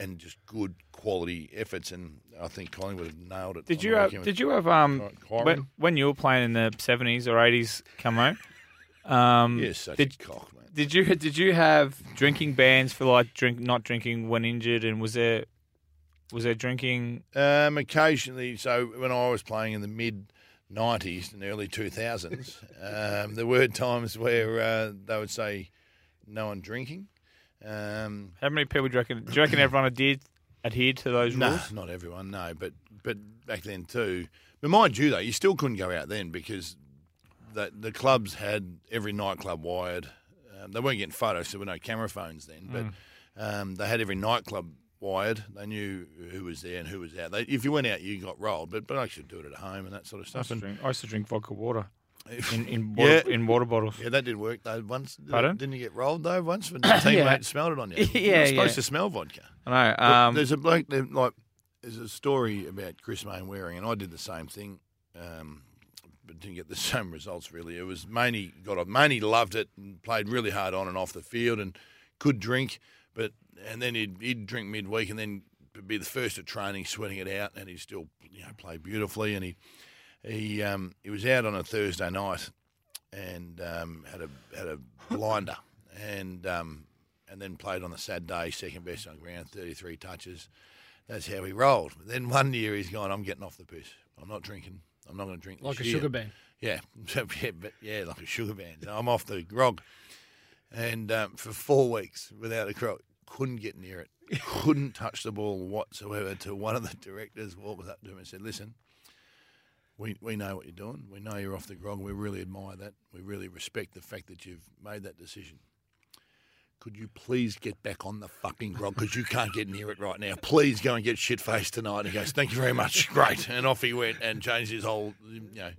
S3: and just good quality efforts. And I think Collingwood have nailed it.
S4: Did
S3: on
S4: you
S3: the
S4: have,
S3: weekend.
S4: did you have um
S3: Kyron.
S4: when, when you were playing in the seventies or eighties? Come on. Um,
S3: You're such
S4: did,
S3: a cock, mate.
S4: Did you did you have drinking bans for like drink not drinking when injured and was there was there drinking
S3: Um, occasionally, so when I was playing in the mid '90s and early 2000s, um, there were times where uh, they would say, "No one drinking." Um,
S4: how many people do you reckon do you reckon everyone did adhered to those
S3: no,
S4: rules?
S3: not everyone, no, but but back then too. But mind you, though, you still couldn't go out then because the the clubs had every nightclub wired. Um, they weren't getting photos, so there were no camera phones then, but
S4: Mm.
S3: um, they had every nightclub wired. They knew who was there and who was out. They, if you went out, you got rolled, but but I should do it at home and that sort of
S4: I
S3: stuff.
S4: used to
S3: And,
S4: drink, I used to drink vodka water in in
S3: Yeah.
S4: water, in water bottles.
S3: yeah, that did work though. Once
S4: Pardon?
S3: didn't you get rolled though? Once when your teammate smelled it on you. You're
S4: Yeah,
S3: not supposed
S4: yeah.
S3: to smell vodka.
S4: I know.
S3: Look,
S4: Um,
S3: there's a bloke that like there's a story about Chris Main wearing, and I did the same thing, um, but didn't get the same results really. It was Maney got off. Maney loved it and played really hard on and off the field, and could drink, but and then he'd, he'd drink midweek, and then be the first at training, sweating it out, and he'd still you know play beautifully, and he he um, he was out on a Thursday night and um, had a had a blinder and um, and then played on the sad day second best on ground, thirty three touches. That's how he rolled. But then one year he's gone. I'm getting off the piss. I'm not drinking. I'm not going to drink
S2: Like a
S3: this year."
S2: sugar ban.
S3: Yeah, So, yeah, but yeah, like a sugar band. So I'm off the grog, and um, for four weeks without a grog, couldn't get near it, couldn't touch the ball whatsoever. To one of the directors, walked up to him and said, "Listen, we we know what you're doing. We know you're off the grog. We really admire that. We really respect the fact that you've made that decision." Could you please get back on the fucking grog because you can't get near it right now? Please go and get shit faced tonight. And he goes, Thank you very much. Great. And off he went and changed his whole, you know,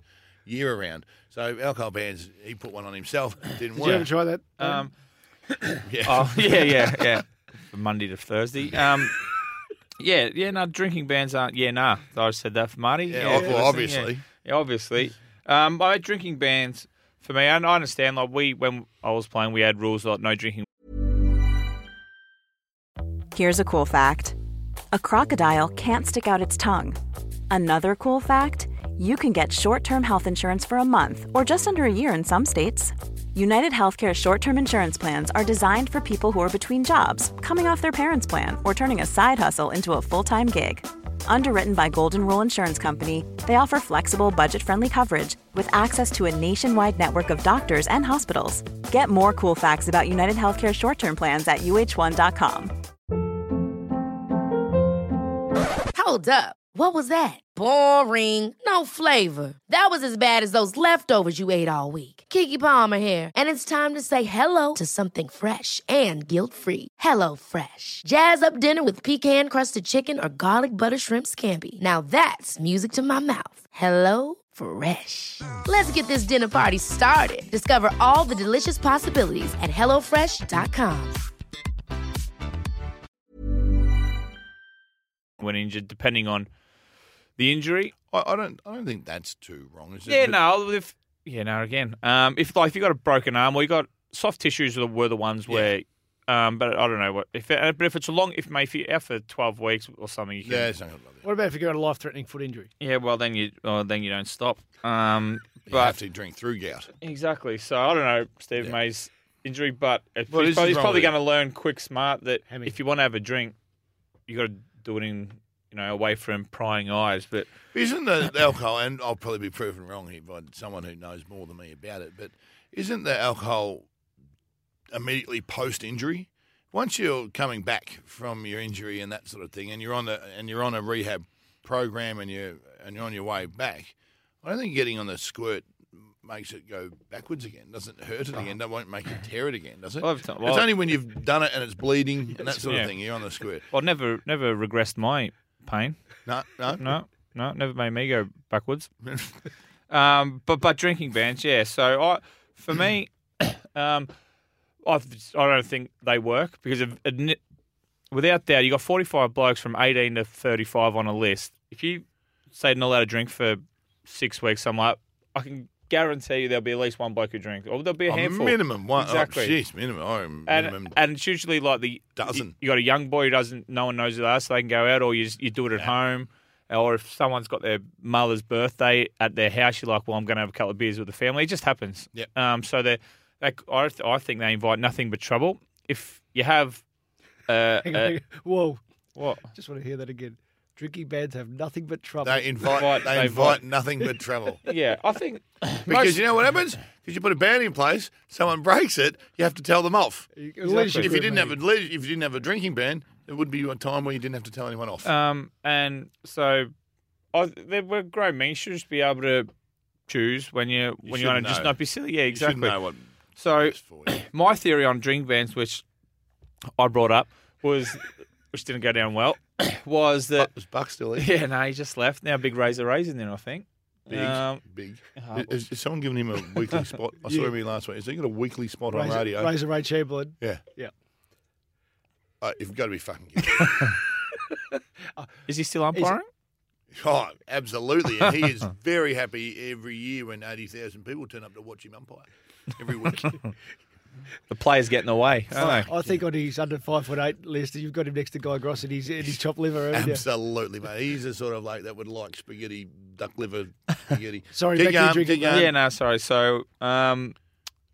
S3: year around. So alcohol bans, he put one on himself.
S2: Did
S3: Didn't work.
S2: you ever try that?
S4: um,
S3: yeah.
S4: Oh yeah, yeah, yeah. From Monday to Thursday. Um, yeah, yeah. No, drinking bans aren't. Yeah, nah. I said that for Marty.
S3: Yeah, well,
S4: listen,
S3: obviously.
S4: Yeah. Yeah, obviously. Um, by drinking bans for me, and I understand. Like we, when I was playing, we had rules like no drinking
S7: Here's a cool fact a crocodile can't stick out its tongue. Another cool fact you can get short term health insurance for a month or just under a year in some states. United Healthcare short term insurance plans are designed for people who are between jobs, coming off their parents' plan, or turning a side hustle into a full time gig. Underwritten by Golden Rule Insurance Company, they offer flexible, budget friendly coverage with access to a nationwide network of doctors and hospitals. Get more cool facts about United Healthcare short term plans at uh1.com.
S8: Hold up. What was that? Boring. No flavor. That was as bad as those leftovers you ate all week. Kiki Palmer here, and it's time to say hello to something fresh and guilt-free. Hello Fresh. Jazz up dinner with pecan-crusted chicken or garlic butter shrimp scampi. Now that's music to my mouth. Hello Fresh. Let's get this dinner party started. Discover all the delicious possibilities at hellofresh.com.
S4: when injured, depending on the injury.
S3: I, I don't. I don't think that's too wrong. Is it?
S4: Yeah,
S3: But-
S4: no. If yeah, no. Again, um, if like if you got a broken arm or you got soft tissues, were the, were the ones where. Um, but I don't know what if. It, but if it's a long, if mate, if you're out for twelve weeks or something, you can,
S3: Yeah, it's not gonna bother you.
S2: What about if you got a life threatening foot injury?
S4: yeah. Well, then you, oh, then you don't stop. Um,
S3: You
S4: but
S3: have to drink through gout.
S4: exactly. So I don't know Steve
S3: Yeah.
S4: May's injury, but it,
S3: Well, this
S4: he's
S3: is
S4: probably, he's
S3: wrong
S4: probably
S3: with it.
S4: going to learn quick smart that
S2: Hemming.
S4: if you want to have a drink, you got to do it in you know away from prying eyes. But
S3: Isn't the the alcohol, and I'll probably be proven wrong here by someone who knows more than me about it, but isn't the alcohol immediately post injury? Once you're coming back from your injury and that sort of thing, and you're on the and you're on a rehab program and you and you're on your way back, I don't think getting on the squirt makes it go backwards again. Doesn't hurt it again. That won't make you tear it again, does it?
S4: Uh-huh. Well, I've done- well-
S3: it's only when you've done it and it's bleeding and that sort
S4: Yeah.
S3: of thing. You're on the squirt.
S4: well, never never regressed my pain.
S3: No, no,
S4: No, no, never made me go backwards. um, but but drinking bans, yeah. So I, for me, um, I I don't think they work because if, adni- without doubt you got forty five blokes from eighteen to thirty five on a list. If you say not allowed to drink for six weeks, I'm like, I can guarantee you there'll be at least one bloke who drinks, or there'll be a
S3: A
S4: handful.
S3: minimum one.
S4: Exactly.
S3: Oh, jeez, minimum. Oh, minimum
S4: And, and it's usually like the
S3: Dozen.
S4: You, you got a young boy who doesn't. No one knows who they are, so they can go out, or you you do it at home, or if someone's got their mother's birthday at their house, you're like, well, I'm going to have a couple of beers with the family. It just happens.
S3: Yep.
S4: Um. So they, they I, th- I think they invite nothing but trouble. If you have, uh,
S2: Hang on,
S4: uh
S2: hang on. Whoa.
S4: what?
S2: Just want to hear that again. Drinking bands have nothing but trouble.
S3: They invite,
S4: Invite-
S3: they
S4: they
S3: invite
S4: invite.
S3: nothing but trouble.
S4: Yeah, I think
S3: Because you know what happens? Because you put a ban in place, someone breaks it, you have to tell them off.
S2: Leadership
S3: If you
S2: group,
S3: didn't have a
S2: maybe.
S3: le- if you didn't have a drinking ban, there would be a time where you didn't have to tell anyone off.
S4: Um, and so, I, there were grown men should just be able to choose when you when
S3: should
S4: you, want to just
S3: know.
S4: not be silly. Yeah,
S3: You should
S4: exactly.
S3: know what
S4: So
S3: best for you.
S4: my theory on drink bans, which I brought up, was which didn't go down well, was that
S3: Buck, was Buck still here?
S4: yeah, no, he just left. Now big razor razor in there, I think.
S3: Big,
S4: Um,
S3: big. Is, is someone giving him a weekly spot? I saw him here last week. Has he got a weekly spot on
S2: Razor,
S3: radio?
S2: Razor Ray Chamberlain.
S3: Yeah.
S2: Yeah.
S3: Uh, you've got to be fucking kidding.
S4: Is he still umpiring?
S3: Oh, absolutely. And he is very happy every year when 80,000 people turn up to watch him umpire every week.
S4: The player's getting away. aren't they?
S2: I think on his under five foot eight list, you've got him next to Guy Gross and his, and his chopped liver. haven't you?
S3: Absolutely, mate. He's the sort of like that would like spaghetti, duck liver, spaghetti. um,
S2: Sorry,
S3: keep
S2: back to your
S3: going,
S2: drinking
S3: keep going.
S4: yeah, no, sorry. So, um,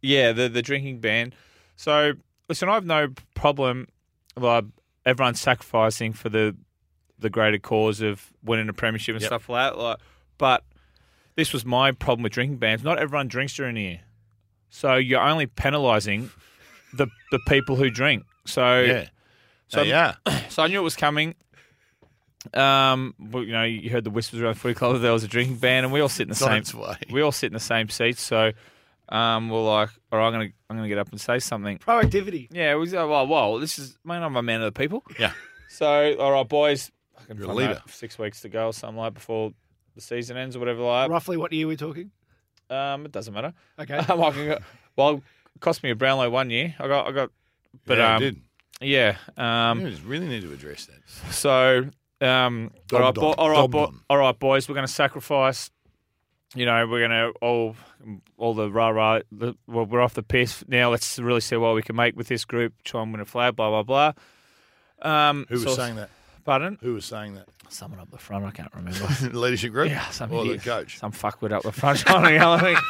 S4: yeah, the the drinking ban. So, listen, I have no problem. Like everyone's sacrificing for the the greater cause of winning a premiership and
S3: Yep.
S4: stuff like that. Like, but this was my problem with drinking bans. Not everyone drinks during the year, so you're only penalising the the people who drink. So,
S3: Yeah. So
S4: So-
S3: yeah,
S4: so I knew it was coming. Um, but you know, you heard the whispers around the footy club that there was a drinking ban, and we all sit in the
S3: It's on
S4: same
S3: its way.
S4: we all sit in the same seats. So, um, we're like, all right, I'm gonna I'm gonna get up and say something.
S2: Proactivity.
S4: Yeah, we said, well, well, this is man, I'm a man of the people.
S3: yeah.
S4: So, all right, boys, I can
S3: You're a
S4: find out
S3: leader.
S4: Six weeks to go, or something like before the season ends or whatever. Like,
S2: Roughly what year we're talking?
S4: um, it doesn't matter.
S2: Okay.
S4: Um, I can go, well, it cost me a Brownlow one year. I got I got, but
S3: yeah,
S4: um,
S3: did.
S4: yeah, um,
S3: You just really need to address that.
S4: So, um, all
S3: Dom Dom.
S4: right, bo- all right,
S3: Dom
S4: bo-
S3: Dom.
S4: all right, boys, we're going to sacrifice you know, we're gonna all all the rah rah. The, well, we're off the piss now. Let's really see what we can make with this group. Try and win a flag. Blah blah blah. Um,
S3: Who was
S4: so-
S3: saying that?
S4: Pardon?
S3: Who was saying that?
S4: Someone up the front. I can't remember.
S3: Leadership group?
S4: yeah, some
S3: Or the
S4: idiot.
S3: coach?
S4: Some fuckwit up the front. trying to yell at me. Um,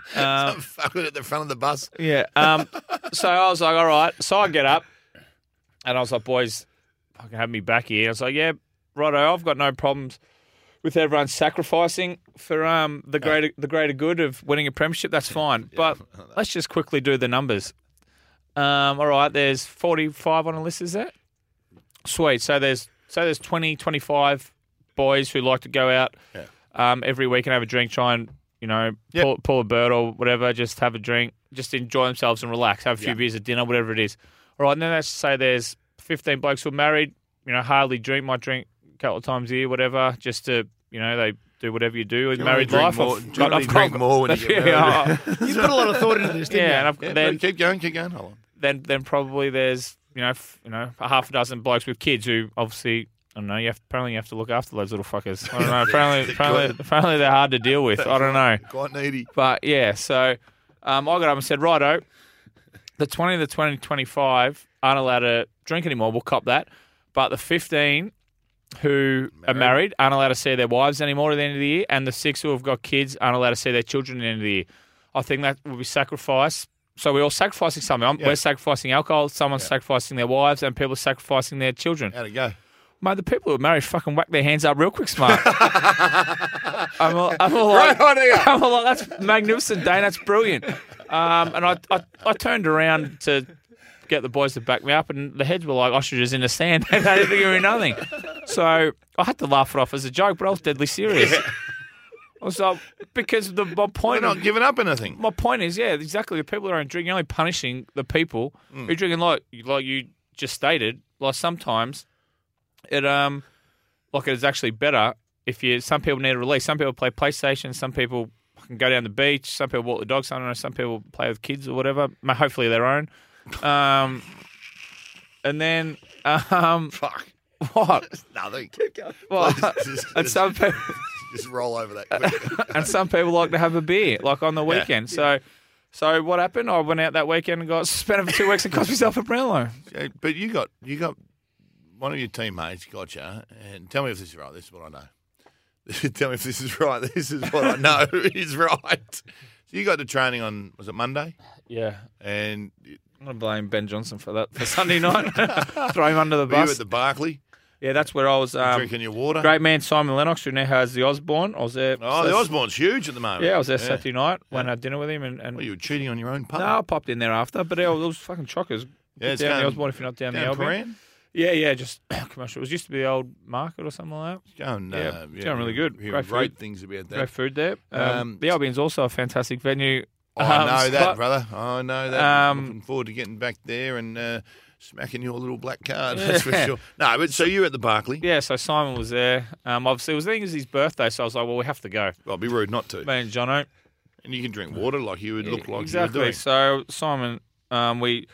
S3: Some fucking at the front of the bus.
S4: Yeah. Um, so I was like, all right. So I get up and I was like, boys, fucking have me back here. I was like, yeah, righto. I've got no problems with everyone sacrificing for um, the greater the greater good of winning a premiership. That's fine. But let's just quickly do the numbers. Um, all right. There's 45 on the list, is that? Sweet. So there's so there's 20, 25 boys who like to go out
S3: Yeah.
S4: um, every week and have a drink. Try and you know
S3: Yep.
S4: pull, pull a bird or whatever. Just have a drink. Just enjoy themselves and relax. Have a few
S3: Yeah.
S4: beers at dinner, whatever it is. All right, and then let's say there's 15 blokes who are married. You know, hardly drink. Might drink a couple of times a year, whatever, just to you know they. Do whatever you do in
S3: you
S4: married
S3: normally
S4: life.
S3: drink more-
S4: I've
S3: do you
S4: got-
S3: normally
S4: I've
S3: drink
S4: got-
S3: more when you get
S4: Yeah,
S2: You put a lot of thought into this, didn't
S4: yeah, and I've,
S3: Yeah,
S4: then
S3: but keep going, keep going. Hold on.
S4: then then probably there's you know f- you know a half a dozen blokes with kids who obviously I don't know. You have, apparently you have to look after those little fuckers. I don't know. Apparently apparently, apparently they're hard to deal with. I don't know.
S3: Quite needy.
S4: But yeah, so um, I got up and said, righto, the 20, the 20, 25 aren't allowed to drink anymore. We'll cop that. But the 15 who are married aren't allowed to see their wives anymore at the end of the year. And the six who have got kids aren't allowed to see their children at the end of the year. I think that will be sacrifice. So we're all sacrificing something. I'm, We're sacrificing alcohol. Someone's sacrificing their wives, and people are sacrificing their children.
S3: How'd it go?
S4: Mate, the people who are married fucking whack their hands up real quick, smart. I'm all, I'm all
S3: Right
S4: like,
S3: idea.
S4: I'm all like, that's magnificent, Dane. That's brilliant. Um, and I, I, I turned around to get the boys to back me up, and the heads were like ostriches in the sand. they didn't think we were nothing. So I had to laugh it off as a joke, but I was deadly serious. I was like, because the my
S3: We're
S4: point
S3: not
S4: of,
S3: giving up anything.
S4: my point is, yeah, exactly. The people that aren't drinking, you're only punishing the people who are drinking. Like, like you just stated, like sometimes it um, like it is actually better if you. Some people need a release. Some people play PlayStation. Some people can go down the beach. Some people walk the dogs. I don't know. Some people play with kids or whatever. ma- Hopefully their own. Um, and then um,
S3: Fuck.
S4: what?
S3: Nothing.
S4: Well,
S3: Just,
S4: and
S3: just,
S4: some people.
S3: just roll over that quick.
S4: and some people like to have a beer, like on the weekend. So, so what happened? I went out that weekend and got suspended for two weeks and cost myself a Brownlow.
S3: Yeah, Uh, but you got you got one of your teammates got you, and tell me if this is right. This is what I know. tell me if this is right. This is what I know is right. So you got to training on was it Monday,
S4: Yeah,
S3: and you
S4: I'm gonna blame Ben Johnson for that for Sunday night. Throw him under the
S3: were you
S4: bus.
S3: at the Barclay
S4: yeah, that's where I was. Um,
S3: drinking your water.
S4: great man Simon Lennox, who now has the Osborne. I was there.
S3: Oh, the Osborne's huge at the moment.
S4: Yeah, I was there Saturday night. Went and had dinner with him, and, and
S3: Well, you were cheating on your own pub.
S4: no, I popped in there after. But it was, it was fucking chockers.
S3: Yeah,
S4: Get
S3: it's
S4: down the
S3: down-
S4: Osborne if you're not down,
S3: down
S4: the Albion.
S3: Prahran?
S4: Yeah, yeah, just commercial. It was used to be the old market or something like that.
S3: It's going,
S4: Yeah,
S3: uh,
S4: it's going really good.
S3: He
S4: Great
S3: great
S4: food.
S3: things about that.
S4: Great food there. Um,
S3: Um, Oh,
S4: the Albion's also a fantastic venue.
S3: I
S4: Um,
S3: know that,
S4: but-
S3: brother. Oh, I know that.
S4: Um,
S3: Looking forward to getting back there and uh, smacking your little black card. That's for sure. No, but so you're at the Barclay.
S4: Yeah, so Simon was there. Um, obviously, it was, I think it was his birthday, so I was like, well, we have to go.
S3: Well, it'd be rude not to.
S4: Me and Jono.
S3: And you can drink water like you would look like you
S4: exactly.
S3: were doing.
S4: So Simon, um, we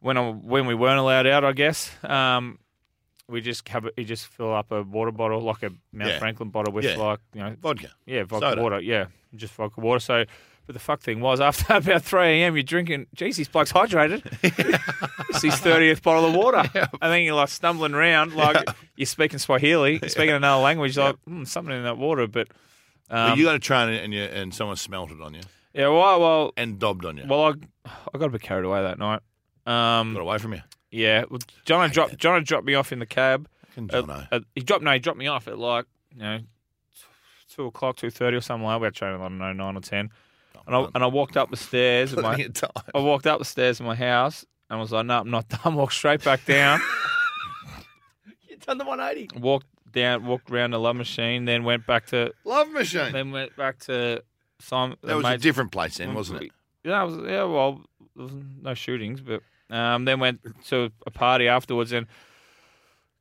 S4: when I, when we weren't allowed out, I guess um, we just have a- he just fill up a water bottle like a Mount
S3: Yeah.
S4: Franklin bottle with
S3: Yeah.
S4: like you know
S3: Vodka.
S4: yeah vodka
S3: Soda.
S4: water yeah just vodka water. So. But the fuck thing was, after about 3 a.m., you're drinking, geez, his bloke's hydrated. it's his 30th bottle of water. And then you're like stumbling around, like you're speaking Swahili, you're speaking another language, like, hmm, something in that water. But, um,
S3: but you got a train and, you, and someone smelt it on you
S4: yeah, well, well,
S3: and dobbed on you.
S4: Well, I I got a bit carried away that night. Um,
S3: got away from you.
S4: yeah, well, John dropped John dropped me off in the cab.
S3: Fucking
S4: At-
S3: Jono.
S4: at- he dropped no, he dropped me off at like you know t- two o'clock, two thirty or something like. that. We had training, I don't know, nine or ten. And I and I walked up the stairs. and
S3: Plenty
S4: my,
S3: of time.
S4: I walked up the stairs in my house and was like, no, I'm not done. Walked straight back down.
S2: You done the 180.
S4: walked down, walked round the love machine, then went back to
S3: Love machine.
S4: then went back to Simon.
S3: that was a
S4: mate's-
S3: different place then, wasn't it?
S4: Mm. Yeah, it was, yeah. Well, there was no shootings, but um, then went to a party afterwards and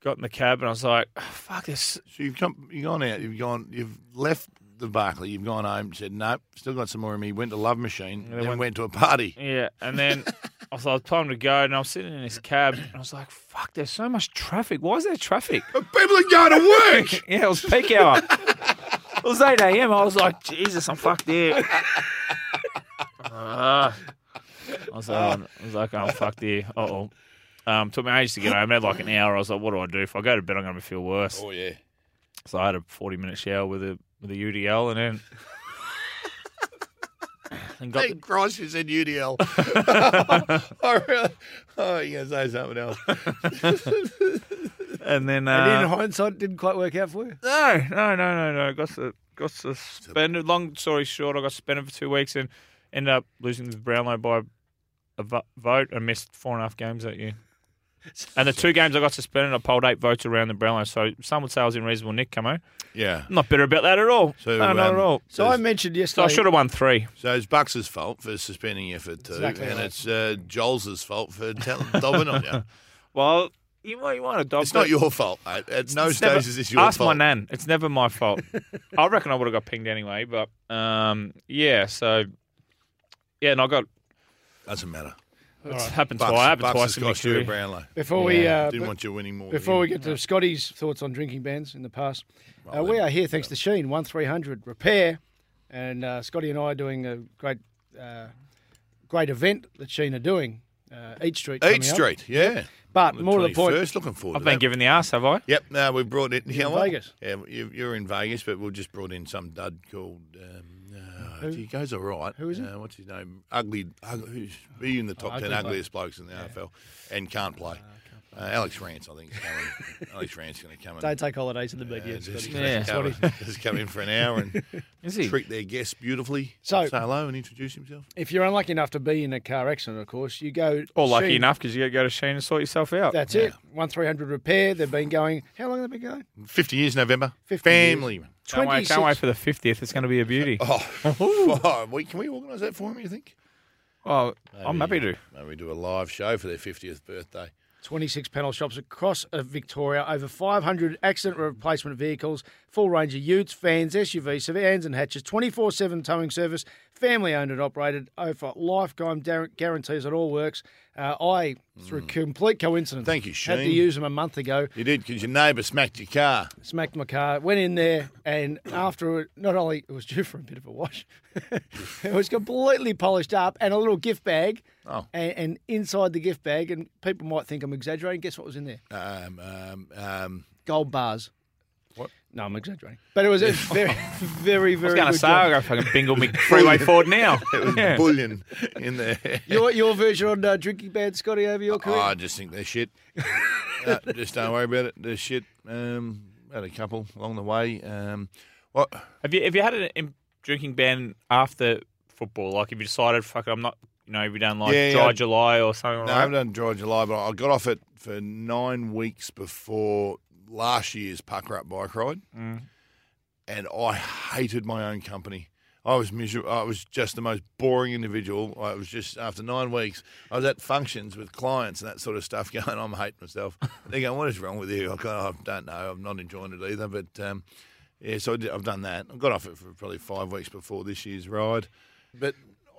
S4: got in the cab, and I was like, "Ah, "Fuck this."
S3: So you've come, you've gone out, you've gone, you've left the Barclay, you've gone home, said no, still got some more in me. Went to Love Machine, and then went, to a party.
S4: Yeah, and then I was like, "Time to go," and I was sitting in this cab, and I was like, "Fuck, there's so much traffic. Why is there traffic?"
S3: But people are going to work.
S4: yeah, it was peak hour. It was 8 a.m. I was like, Jesus, I'm fucked here. Ah. I was like, I was like, I'm fucked here. Uh oh. Um, took me ages to get home. I had like an hour. I was like, what do I do? If I go to bed, I'm going to feel worse.
S3: Oh yeah.
S4: So I had a 40 minute shower with a with a UDL and then and got the,
S3: Thank Christ you said UDL. I really, oh, you going to say something else.
S4: and
S2: and in
S4: then uh,
S2: hindsight, it didn't quite work out for you.
S4: no no no no no got su- got suspended. Long story short, I got suspended for two weeks and ended up losing to Brownlow by a vo- vote. I missed four and a half games that year. And the two games I got suspended, I polled eight votes around the Brownlow. So some would say I was in reasonable nick, Camo. I'm
S3: Yeah.
S4: not bitter about that at all.
S3: So,
S4: no, not
S3: um,
S4: at all.
S2: So I mentioned
S4: So
S2: yesterday.
S4: I should have won three.
S3: So it's Bucks' fault for suspending you for two,
S2: Exactly
S3: and
S2: right.
S3: it's uh, Joel's fault for telling dobbing on you.
S4: Well, you might you want to dog.
S3: It's not your fault, mate. At no
S4: never-
S3: stages it's your
S4: ask
S3: fault.
S4: my nan. It's never my fault. I reckon I would have got pinged anyway, but um, yeah. So yeah, and I got
S3: Doesn't matter.
S4: it's happened
S3: Bucks,
S4: twice. Happened
S3: Bucks
S4: twice
S3: has
S4: in my
S3: cost you
S4: career.
S3: at Brownlow.
S2: before
S4: Yeah,
S2: we
S3: Didn't
S2: uh,
S3: want you winning more.
S2: Before
S3: than
S2: we
S3: you.
S2: get to Scotty's thoughts on drinking bans in the past, uh,
S3: Well,
S2: we
S3: then-
S2: are here thanks to Sheen, 1300 Repair. And uh, Scotty and I are doing a great uh, great event that Sheen are doing, uh, Eat Street. coming
S3: Eat
S2: up.
S3: Street, yeah.
S2: But more to the point,
S3: First, looking forward.
S4: I've
S3: to
S4: been
S3: that.
S4: given the ass, have I?
S3: Yep. Now we've brought in, you know what?
S2: Vegas.
S3: Yeah, you, you're in Vegas, but we've just brought in some dud called. Um, uh, he goes all right. Who
S2: is he?
S3: Uh, what's his name? Ugly. ugly who's he in the top ten
S2: ugly bloke.
S3: ugliest blokes in the AFL and can't play. Uh, Alex Rance, I think. Is coming. Alex Rance is going to come in.
S2: don't take holidays in the big
S3: uh,
S2: year.
S3: just,
S2: Scotty.
S4: Yeah.
S3: come in, just come in for an hour and
S4: Is he?
S3: treat their guests beautifully.
S2: So-
S3: say hello and introduce himself.
S2: If you're unlucky enough to be in a car accident, of course, you go.
S4: Or lucky
S2: Sheen-
S4: enough because you got to go to Sheen and sort yourself out.
S2: That's it. 1300 Repair. They've been going. How long have they been going?
S3: Fifty years, November.
S2: 50 years.
S3: Family.
S4: Can't wait,
S2: 26
S4: can't wait for the fiftieth. It's going to be a beauty.
S3: Oh, oh, we- can we organise that for him? You think?
S4: Oh, I'm happy to.
S3: Maybe we do a live show for their 50th birthday.
S2: 26 panel shops across uh, Victoria, over 500 accident replacement vehicles, full range of utes, vans, SUVs, sedans, and hatches, 24 7 towing service, family owned and operated, oh, offer lifetime dar- guarantees that all works. Uh, I, through complete coincidence,
S3: Hmm. Thank you,
S2: had to
S3: Shane.
S2: use them a month ago,
S3: You did because your neighbour smacked your car.
S2: smacked my car, went in there, and after it, not only it was due for a bit of a wash, it was completely polished up and a little gift bag.
S3: Oh.
S2: And, and inside the gift bag, and people might think I'm exaggerating, guess what was in there?
S3: Um, um, um,
S2: gold bars. What? No, I'm exaggerating. But it was a very, very,
S4: I
S2: very
S4: was going to
S2: good
S4: say I
S2: job.
S4: got fucking bingle me freeway forward now.
S3: it was
S4: Yeah.
S3: bullion in there.
S2: Your, your version on uh, drinking bad, Scotty, over your career.
S3: Oh, I just think they're shit. No, just don't worry about it. They're shit. Um, had a couple along the way. Um, what?
S4: Have you have you had an in- drinking ban after football? Like, have you decided, fuck it, I'm not, you know, if you don't like
S3: Yeah,
S4: dry
S3: yeah.
S4: July or something
S3: No, I
S4: like
S3: haven't
S4: that?
S3: done dry July, but I got off it for nine weeks before last year's pucker up bike ride, and I hated my own company. I was miserable. I was just the most boring individual. I was just after nine weeks, I was at functions with clients and that sort of stuff, going, "I'm hating myself." They're going, "What is wrong with you?" I kind of, I don't know. I'm not enjoying it either, but. Um, yeah, so I did, I've done that. I got off it for probably five weeks before this year's ride, but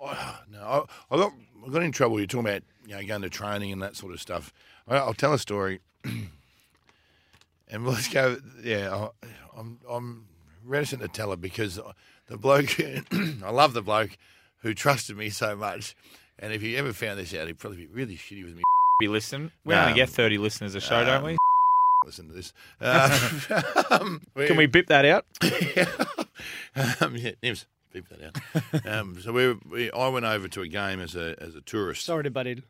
S3: oh, no, I, I got I got in trouble. You're talking about you know going to training and that sort of stuff. I, I'll tell a story, and let's go. Yeah, I, I'm I'm reticent to tell it because the bloke I love the bloke who trusted me so much, and if he ever found this out, he'd probably be really shitty with me.
S4: We listen. We
S3: No.
S4: only get 30 listeners a show, don't we?
S3: Listen to this. Um,
S4: Can we bip that out?
S3: um, yeah, Nims, beep that out. um, so we, we, I went over to a game as a as a tourist.
S2: Sorry to butt in.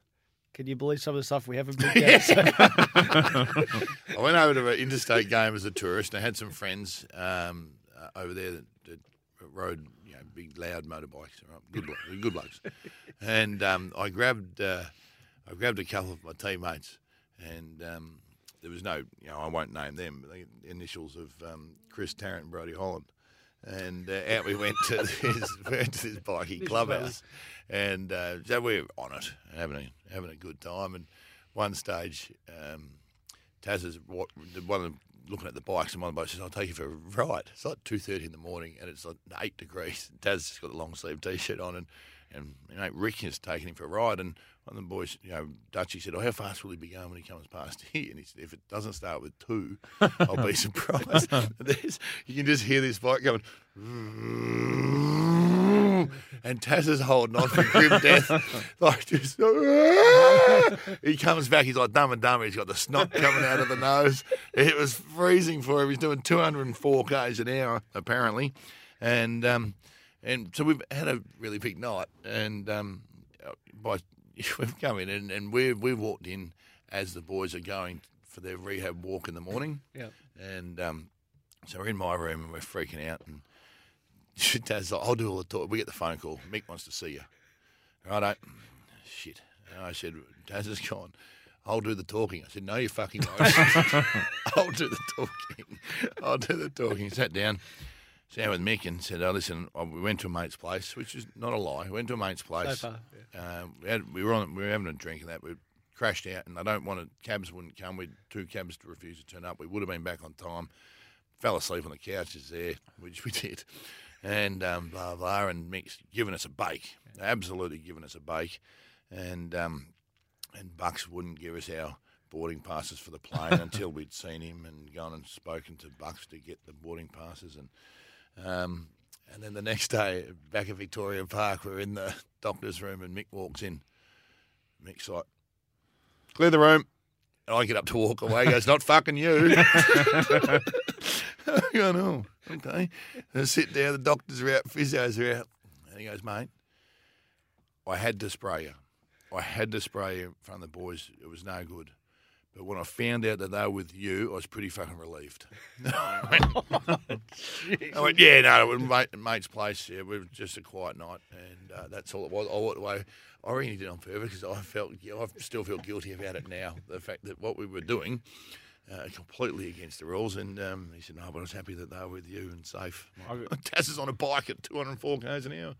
S2: Can you believe some of the stuff we haven't been down? So-
S3: I went over to an interstate game as a tourist. And I had some friends um, uh, over there that, that rode you know, big, loud motorbikes. Right? Good, blo- they're good blokes. And um, I grabbed uh, I grabbed a couple of my teammates, and um, there was no, you know, I won't name them, but the initials of um, Chris Tarrant and Brody Holland. And uh, out we went to this, went to this bikie clubhouse, and uh, so we're on it, having a, having a good time. And one stage, um, Taz is what, the one of them looking at the bikes, and one of the bikes says, "I'll take you for a ride." It's like two thirty in the morning, and it's like eight degrees. And Taz's just got the long sleeve t-shirt on, and and you know, Rick has taken him for a ride, and One of the boys, you know, Dutchy said, "Oh, how fast will he be going when he comes past here?" And he said, "If it doesn't start with two, I'll be surprised." There's- you can just hear this bike going, and Taz is holding on for grim death, like just. "Ah!" he comes back, he's like dumb and dumber. He's got the snot coming out of the nose. It was freezing for him. He's doing 204 k's an hour apparently, and um, and so we've had a really big night, and um, by we've come in and, and we've we've walked in as the boys are going for their rehab walk in the morning. Yeah. And um, so we're in my room and we're freaking out and Dad's like, I'll do all the talk. We get the phone call. Mick wants to see you. Righto. Shit. And I said, Daz is gone. I'll do the talking. I said, no, you fucking won't. I'll do the talking. I'll do the talking. Sat down, sat with Mick and said, oh, listen, oh, we went to a mate's place, which is not a lie. We went to a mate's place.
S2: far,
S3: Um, we, had, we, were on, we were having a drink and that. We crashed out and I don't want to, cabs wouldn't come. We had two cabs to refuse to turn up. We would have been back on time fell asleep on the couches there, which we did, and um, blah blah, and Mick's giving us a bake, absolutely giving us a bake, and um, and Bucks wouldn't give us our boarding passes for the plane until we'd seen him and gone and spoken to Bucks to get the boarding passes, and um, and then the next day back at Victoria Park, we're in the doctor's room, and Mick walks in. Mick's like, "Clear the room." And I get up to walk away. He goes, not fucking you. I go, no, okay. And I sit down, the doctors are out, physios are out. And he goes, mate, I had to spray you. I had to spray you in front of the boys. It was no good. But when I found out that they were with you, I was pretty fucking relieved. I went, I went, yeah, no, it was mate, mate's place. Yeah, it was just a quiet night, and uh, that's all it was. I walked away. I really did it on purpose because I felt, I still feel guilty about it now. The fact that what we were doing uh, completely against the rules. And um, he said, "No, but I was happy that they were with you and safe." Taz is on a bike at 204 k's an hour.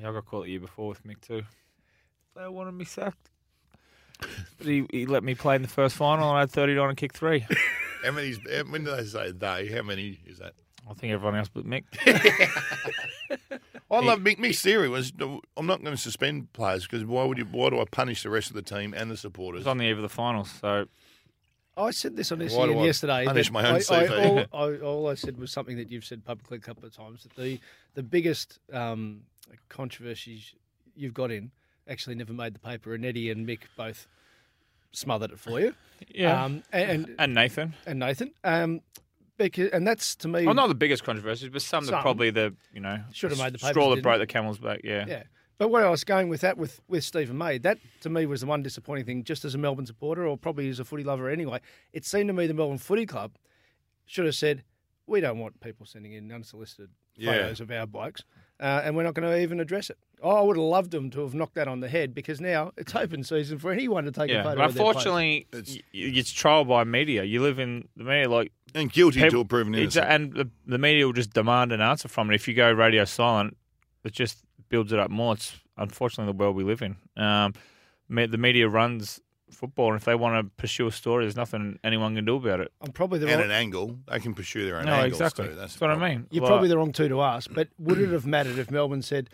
S4: Yeah, I got caught the year before with Mick too. They wanted me sacked. But he, he let me play in the first final and I had 39 and kick three.
S3: How many? When do they say they? How many is that?
S4: I think everyone else but Mick.
S3: I love Mick. Mick's theory was, "I'm not going to suspend players because why would you? Why do I punish the rest of the team and the
S4: It
S3: supporters?"
S4: was on the eve of the finals, so
S2: I said this on
S3: Why do
S2: SEN
S3: I
S2: yesterday.
S3: punish
S2: that
S3: my own
S2: I- I,
S3: CV?
S2: all, I, all I said was something that you've said publicly a couple of times that the the biggest um, controversies you've got in actually never made the paper, and Eddie and Mick both smothered it for you.
S4: yeah.
S2: Um, and, and
S4: and Nathan.
S2: and Nathan. Um, because, and that's to me.
S4: Well, not the biggest controversies, but some, that
S2: Some.
S4: probably the you know
S2: Should've made the papers,
S4: straw that
S2: didn't
S4: broke
S2: it?
S4: the camel's back. Yeah.
S2: Yeah. But where I was going with that, with, with Stephen May, that to me was the one disappointing thing, just as a Melbourne supporter or probably as a footy lover anyway. It seemed to me the Melbourne Footy Club should have said, we don't want people sending in unsolicited
S3: Yeah.
S2: photos of our bikes, uh, and we're not going to even address it. Oh, I would have loved them to have knocked that on the head because now it's open season for anyone to take a
S4: Yeah,
S2: photo
S4: but
S2: of their place.
S4: unfortunately, it's, it's trial by media. You live in the media, like
S3: And guilty
S4: peop-
S3: till proven
S4: it's-
S3: innocent.
S4: and the, the media will just demand an answer from it. If you go radio silent, it just builds it up more. It's unfortunately the world we live in. Um, me- the media runs football, and if they want to pursue a story, there's nothing anyone can do about it.
S2: I'm probably the
S3: And
S2: wrong,
S3: an angle, they can pursue their own
S4: No,
S3: angles
S4: exactly.
S3: too.
S4: That's
S3: the
S4: what I
S3: problem.
S4: mean.
S2: You're
S4: Like,
S2: probably the wrong two to ask, but would it have mattered if Melbourne said,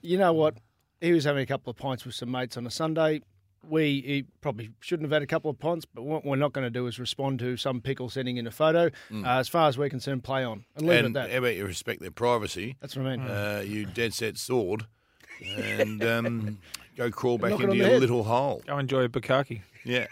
S2: you know what, he was having a couple of pints with some mates on a Sunday. We he probably shouldn't have had a couple of pints, but what we're not going to do is respond to some pickle sending in a photo. Uh, as far as we're concerned, play on and leave
S3: Mm. And
S2: it at
S3: how
S2: that.
S3: about you respect their privacy?
S2: That's what I mean.
S3: Uh, you dead set sword, and um, go crawl back
S2: knock it
S3: into
S2: on the
S3: your
S2: head.
S3: little hole.
S4: go enjoy Bukaki.
S3: Yeah.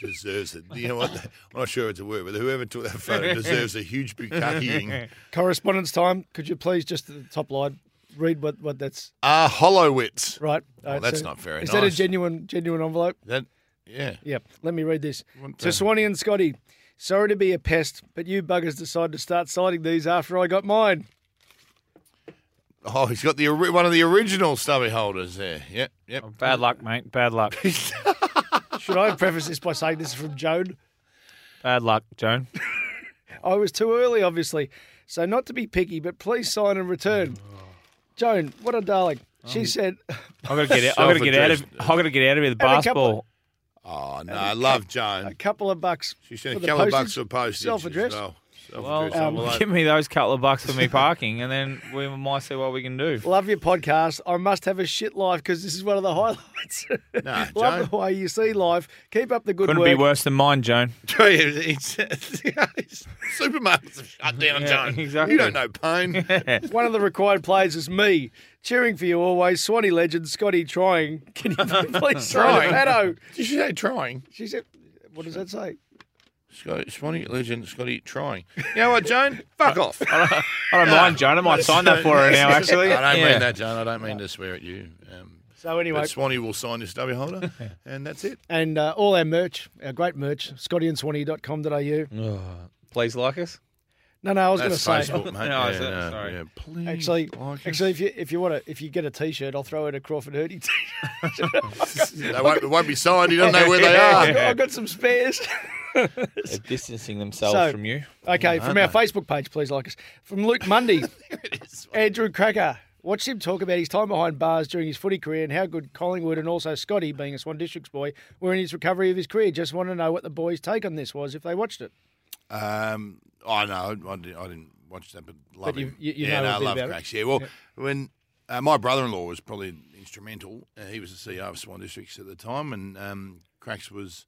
S3: Deserves it. You know what? I'm not sure it's a word, but whoever took that photo deserves a huge bukakiing.
S2: Correspondence time. Could you please just at the top line read what, what that's
S3: Ah, Hollowitz.
S2: right?
S3: Well,
S2: Uh,
S3: Oh, that's not very
S2: Is that a
S3: nice.
S2: genuine genuine envelope?
S3: That, yeah.
S2: Yep. Let me read this. To Swanee and Scotty, sorry to be a pest, but you buggers decided to start citing these after I got mine.
S3: Oh, he's got the ori- one of the original stubby holders there. Yep, yep.
S4: Bad luck, mate. Bad luck.
S2: Should I preface this by saying this is from Joan?
S4: Bad luck, Joan.
S2: I was too early, obviously. So not to be picky, but please sign and return. Joan, what a darling.
S3: Um,
S2: She said,
S4: I gotta get out. I gotta get out of. I gotta get out of here. The
S2: And a couple-
S4: basketball.
S3: Oh, no, I love Joan.
S2: couple of bucks
S3: She
S2: for
S4: uh,
S3: sent a
S2: the
S3: couple of
S2: postage,
S3: bucks for postage. as
S2: Self-addressed.
S3: well. um, Self
S4: Well, um,
S3: abuse, self love.
S4: give me those couple of bucks for me parking, and then we might see what we can do.
S2: Love your podcast. I must have a shit life because this is one of the highlights.
S3: Nah, Joe.
S2: Love the way you see life. Keep up the good
S4: Couldn't
S2: work.
S4: be worse than mine, Joan.
S3: It's- it's- it's- Supermarkets have shut down,
S4: Yeah,
S3: John.
S4: exactly.
S3: You don't know pain.
S2: One of the required players is me, cheering for you always. Swanee legend Scotty trying. Can you please sign
S3: Trying?
S2: Pato?
S3: Did she say trying?
S2: She said, "What does that say?"
S3: Scotty, Swanee legend Scotty trying. You know what, Joan? Fuck off.
S4: I don't mind, Joan. I might sign that for her now. Actually,
S3: I don't
S4: Yeah.
S3: mean that, Joan. I don't mean to swear at you. Um,
S2: So anyway,
S3: but Swanee will sign this W holder, and that's it.
S2: and uh, all our merch, our great merch, scottyandswanee.com.au.
S4: Please like us.
S2: No, no, I was going to
S3: That's
S2: say.
S3: Facebook, Hmm, mate.
S4: No,
S3: yeah,
S4: is it?
S3: no,
S4: Sorry.
S3: yeah, please.
S2: Actually,
S3: like us.
S2: actually, if you if you want to if you get a T-shirt, I'll throw it a Crawford Hurdy. T-
S3: they won't, it won't be signed. You don't know where they are.
S2: I've got some spares.
S4: They're distancing themselves
S2: So-
S4: from you.
S2: Okay, from our Facebook page, please like us. From Luke Mundy, Andrew Cracker. Watch him talk about his time behind bars during his footy career and how good Collingwood and also Scotty, being a Swan Districts boy, were in his recovery of his career. Just want to know what the boys' take on this was if they watched it.
S3: Um, I know. I, did, I didn't watch that, but love
S2: you-
S3: him.
S2: you- you know
S3: yeah,
S2: a
S3: no, I
S2: bit
S3: love
S2: about it.
S3: Cracks. Yeah, well, when uh, my brother-in-law was probably instrumental. Uh, he was the CEO of Swan Districts at the time, and um, Cracks was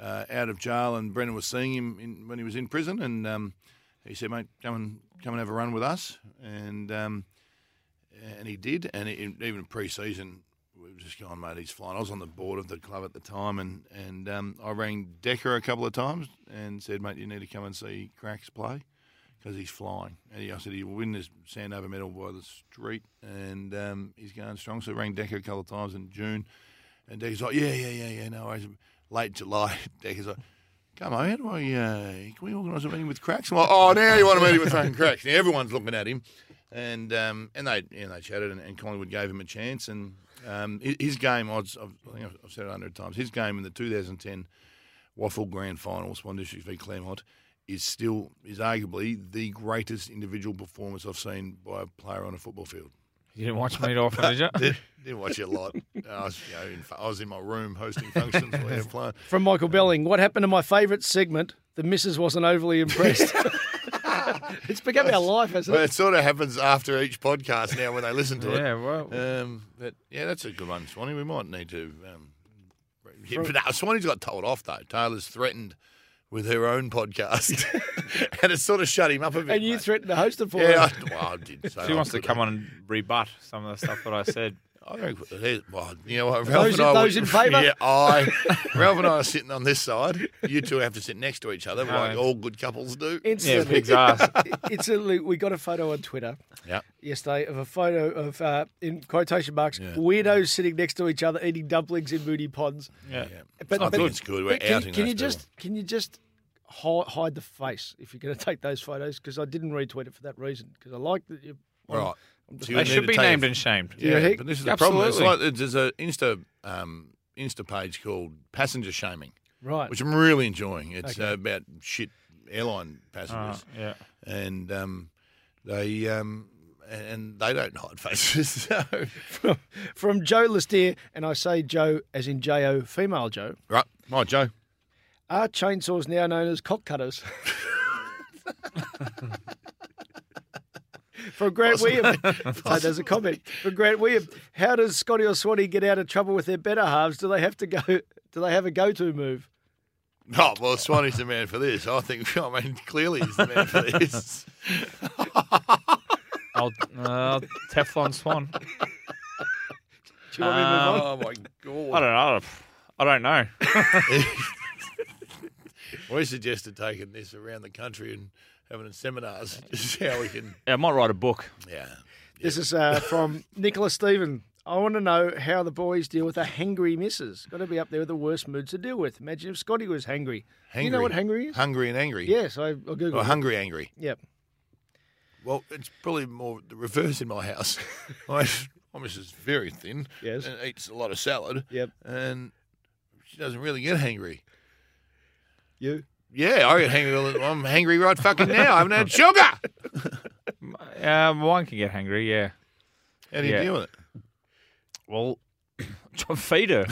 S3: uh, out of jail, and Brendan was seeing him in, when he was in prison, and um, he said, "Mate, come and come and have a run with us," and um, and he did, and it, even pre-season. We were just going, mate, he's flying. I was on the board of the club at the time, and and um, I rang Decker a couple of times and said, mate, you need to come and see Cracks play because he's flying. And he, I said he will win this Sandover medal by the street, and um, he's going strong. So I rang Decker a couple of times in June, and Decker's like, yeah, yeah, yeah, yeah, no worries. Late July, Decker's like, come on, how do I, uh, can we organise a meeting with Cracks? I'm like, oh, now you want a meeting with fucking Cracks. Now everyone's looking at him. And um, and they you know, they chatted, and, and Collingwood gave him a chance. And um, hi- his game, I've, I've- I think I've- I've said it a hundred times, his game in the 2010 Waffle Grand Final, Swan District v Claremont, is still is arguably the greatest individual performance I've seen by a player on a football field.
S4: You didn't watch me at all, did you?
S3: Didn't, didn't watch it a lot. I was, you know, in, I was in my room hosting functions while they were playing.
S2: From Michael Belling, what happened to my favourite segment? The missus wasn't overly impressed. it's become our life, hasn't
S3: Well,
S2: it?
S3: it sort of happens after each podcast now when they listen to
S4: Yeah,
S3: it.
S4: well,
S3: Um, but yeah, that's a good one, Swanee. We might need to. Um, yeah, but no, Swanee's got told off though. Taylor's threatened with her own podcast, and it sort of shut him up a bit.
S2: And you
S3: mate.
S2: threatened to host it for
S3: Yeah,
S2: us.
S3: I, well, I did. So
S4: she
S3: I
S4: wants to
S3: could-
S4: come on and rebut some of the stuff that I said.
S3: I reckon, there's- well, you know what, Ralph
S2: Those-
S3: and I.
S2: those in favour?
S3: Yeah, I. Ralph and I are sitting on this side. You two have to sit next to each other, like all good couples do.
S4: Yeah,
S2: Instantly.
S4: pig's ass.
S2: Instantly, we got a photo on Twitter.
S3: Yeah.
S2: yesterday of a photo of, uh, in quotation marks, weirdos sitting next to each other eating dumplings in Moody Ponds.
S4: Yeah.
S2: But,
S3: I think it's good. We're
S2: but can,
S3: outing
S2: can you
S3: those people.
S2: just can you just hide, hide the face if you're going to take those photos? Because I didn't retweet it for that reason. Because I like that. You,
S3: All right. So you
S4: They
S3: need
S4: should
S3: to
S4: be
S3: take a-
S4: named and shamed.
S2: you
S3: Yeah,
S2: think?
S3: but this is the problem. It's like
S4: Absolutely.
S3: there's an Insta um, Insta page called Passenger Shaming,
S2: right.
S3: which I'm really enjoying. It's uh, about shit airline passengers,
S4: Uh, Yeah.
S2: Ah.
S3: and um, they um, and they don't hide faces. So.
S2: From Joe Listier, and I say Joe as in J O, female Joe.
S3: Right, my Joe.
S2: Are chainsaws now known as cock cutters? From Grant William. So there's a comment. From Grant William. How does Scotty or Swanee get out of trouble with their better halves? Do they have to go do they have a go to move?
S3: Oh well, Swanee's the man for this. I think. I mean, clearly he's the man for this.
S4: I'll, uh, Teflon Swan.
S2: Do you want me to move on?
S3: oh my god!
S4: I don't know. I don't know.
S3: We suggested taking this around the country and having seminars, just how we can.
S4: Yeah, I might write a book.
S3: Yeah.
S2: This is uh, from Nicholas Stephen. I want to know how the boys deal with a hangry missus. Got to be up there with the worst mood to deal with. Imagine if Scotty was hangry. Do you know
S3: Hangry. Oh,
S2: what hangry is?
S3: Hungry and angry.
S2: yes, I, I Googled
S3: Or
S2: it.
S3: hungry, angry.
S2: Yep.
S3: Mm-hmm. Well, it's probably more the reverse in my house. my, my missus is very thin
S2: Yes.
S3: and eats a lot of salad.
S2: Yep.
S3: And she doesn't really get hangry.
S2: You?
S3: Yeah, I get hangry. all the- I'm hangry right fucking now. I haven't had sugar. How
S4: Um, one can get hungry. Yeah.
S3: do you
S4: Yeah.
S3: deal with it?
S4: Well, feed her.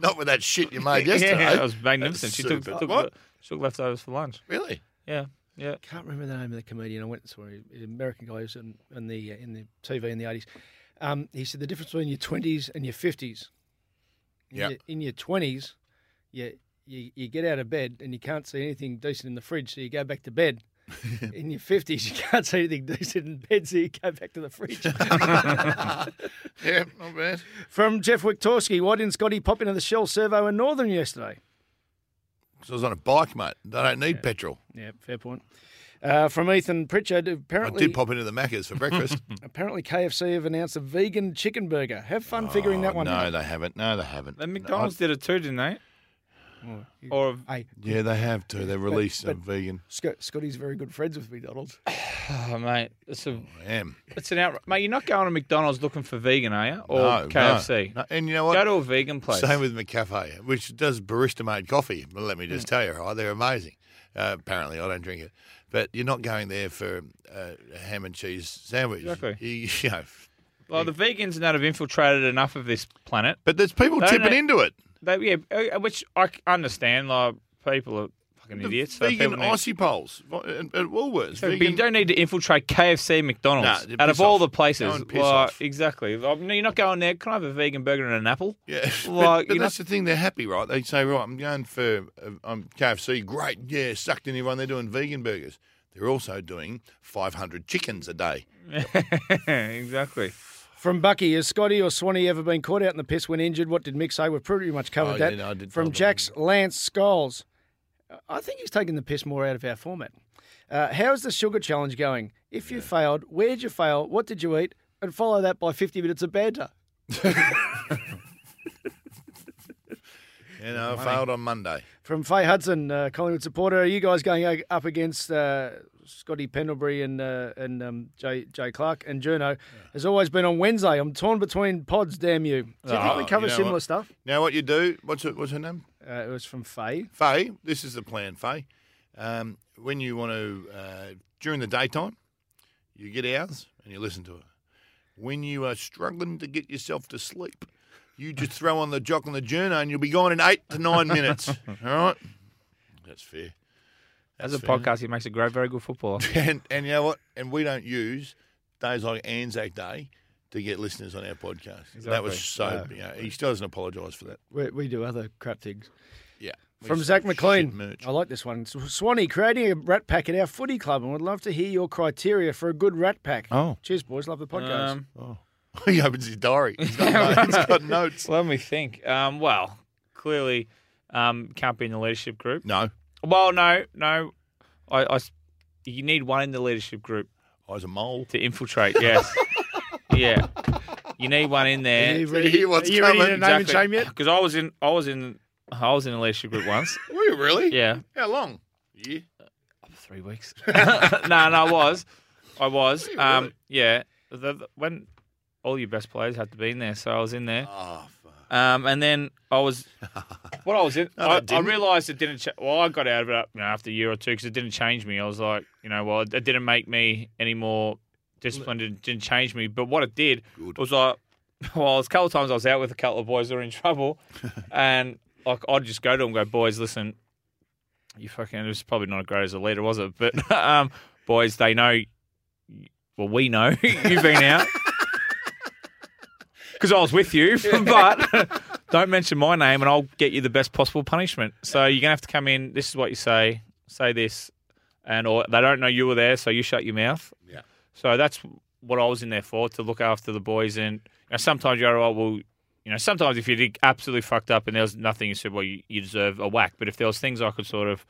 S3: Not with that shit you made yesterday.
S4: Yeah, that was magnificent.
S3: That's
S4: she took,
S3: super.
S4: took,
S3: What?
S4: took leftovers for lunch.
S3: Really?
S4: Yeah. Yeah.
S2: can't remember the name of the comedian. I went and saw him, an American guy who's in, in the uh, in the TV in the eighties. Um, he said the difference between your twenties and your fifties.
S3: Yeah.
S2: In your twenties, you, you you get out of bed and you can't see anything decent in the fridge, so you go back to bed. in your fifties, you can't see anything decent in bed, so you go back to the fridge.
S3: Yeah, not bad.
S2: From Jeff Wiktorski, why didn't Scotty pop into the Shell servo in Northern yesterday?
S3: Because I was on a bike, mate. They don't need petrol.
S2: Yeah, fair point. Uh, from Ethan Pritchard,
S3: I
S2: apparently
S3: did pop into the Macca's for breakfast.
S2: Apparently, KFC have announced a vegan chicken burger. Have fun figuring that one
S3: Oh, no,
S2: out.
S3: they haven't. No, they haven't.
S4: Then McDonald's did it too, didn't they? Or
S2: Hey,
S3: Yeah, they have too. They released a vegan.
S2: Sc- Scotty's very good friends with McDonald's.
S4: oh, mate, it's a
S3: I am.
S4: it's an outright. Mate, you're not going to McDonald's looking for vegan, are you? Or
S3: No, no,
S4: KFC?
S3: no. And you know what?
S4: Go to a vegan place.
S3: Same with McCafe, which does barista made coffee. Well, let me just
S4: Mm.
S3: tell you, right? They're amazing. Uh, apparently, I don't drink it. But you're not going there for uh, a ham and cheese sandwich.
S4: Exactly.
S3: You, you know.
S4: Well, the vegans now have infiltrated enough of this planet.
S3: But there's people
S4: No,
S3: tipping
S4: no.
S3: into it.
S4: They, yeah, uh, which I c- understand. Like people are fucking
S3: The
S4: idiots. so
S3: vegan
S4: people need-
S3: icy poles at, at Woolworths.
S4: But
S3: Vegan-
S4: you don't need to infiltrate KFC, McDonald's.
S3: Nah,
S4: out
S3: piss
S4: of all
S3: off.
S4: the
S3: Go
S4: places,
S3: and piss
S4: like,
S3: off.
S4: exactly. Like, no, you're not going there. Can I have a vegan burger and an apple?
S3: Yeah, but-
S4: Like,
S3: but,
S4: you know-
S3: that's the thing. They're happy, right? They say, right, I'm going for uh, I'm KFC. Great, yeah, sucked in everyone. They're doing vegan burgers. They're also doing 500 chickens a day.
S4: exactly.
S2: From Bucky, has Scotty or Swanee ever been caught out in the piss when injured? What did Mick say? We've pretty much covered
S3: Oh, yeah,
S2: that.
S3: no, I did
S2: From
S3: cover that.
S2: Jack's Lance Scholes, I think he's taking the piss more out of our format. Uh, how's the sugar challenge going? If you failed, where'd you fail? What did you eat? And follow that by 50 minutes of banter.
S3: You know, I failed on Monday.
S2: From Faye Hudson, uh, Collingwood supporter, are you guys going ag- up against uh, Scotty Pendlebury and uh, and um, Jay, Jay Clark and Juno? Has always been on Wednesday. I'm torn between pods. Damn you! Do you think we
S3: Oh,
S2: cover
S3: you know
S2: similar
S3: what?
S2: stuff?
S3: Now, what you do? What's her, what's her name?
S2: Uh, it was from Faye.
S3: Faye. This is the plan, Faye. Um, when you want to, uh, during the daytime, you get ours and you listen to her. When you are struggling to get yourself to sleep, you just throw on the jock and the journo and you'll be gone in eight to nine minutes. All right. That's fair.
S4: As a podcast, he makes a great, very good footballer.
S3: And, and you know what? And we don't use days like Anzac Day to get listeners on our podcast. That was so, you know, he still doesn't apologise for that.
S2: We, we do other crap things.
S3: Yeah.
S2: From
S3: We-
S2: Zach
S3: shit
S2: McLean.
S3: merch.
S2: I like this one. Sw- Swanee, creating a rat pack at our footy club, and would love to hear your criteria for a good rat pack.
S3: Oh.
S2: Cheers, boys. Love the podcast.
S4: Um,
S3: he opens his diary. He's got, no- he's got notes.
S4: let me think. Um, well, clearly, um, can't be in the leadership group.
S3: No.
S4: Well, no, no. I, I s- you need one in the leadership group
S3: I was a mole.
S4: to infiltrate. Yes, yeah. You need one in there.
S2: Are you
S3: Ready to hear what's
S2: are you ready to
S3: coming?
S2: name and shame yet?
S4: Because I was in, I was in, I was in a leadership group once.
S3: Were you really?
S4: Yeah,
S3: How long? Yeah.
S4: three weeks. no, no, I was, I was.
S3: you
S4: Um,
S3: really?
S4: yeah, the, the- when all your best players had to be in there, so I was in there.
S3: Oh, fuck.
S4: Um, and then I was, what I was in, I,
S3: that
S4: I
S3: didn't.
S4: realised it didn't. Cha- well, I got out of it you know, after a year or two because it didn't change me. I was like, you know, well, it, it didn't make me any more disciplined. It didn't change me. But what it did was like, well, it was a couple of times I was out with a couple of boys that were in trouble, and like I'd just go to them and go, boys, listen, you fucking. It was probably not great as a leader, was it? But um, boys, they know. Well, we know you've been out because I was with you, but don't mention my name and I'll get you the best possible punishment. So you're gonna have to come in. This is what you say. Say this, and or they don't know you were there, so you shut your mouth.
S3: Yeah.
S4: So that's what I was in there for to look after the boys. And you know, sometimes you're all well. You know, sometimes if you did absolutely fucked up and there was nothing, you said, well, you, you deserve a whack. But if there was things I could sort of,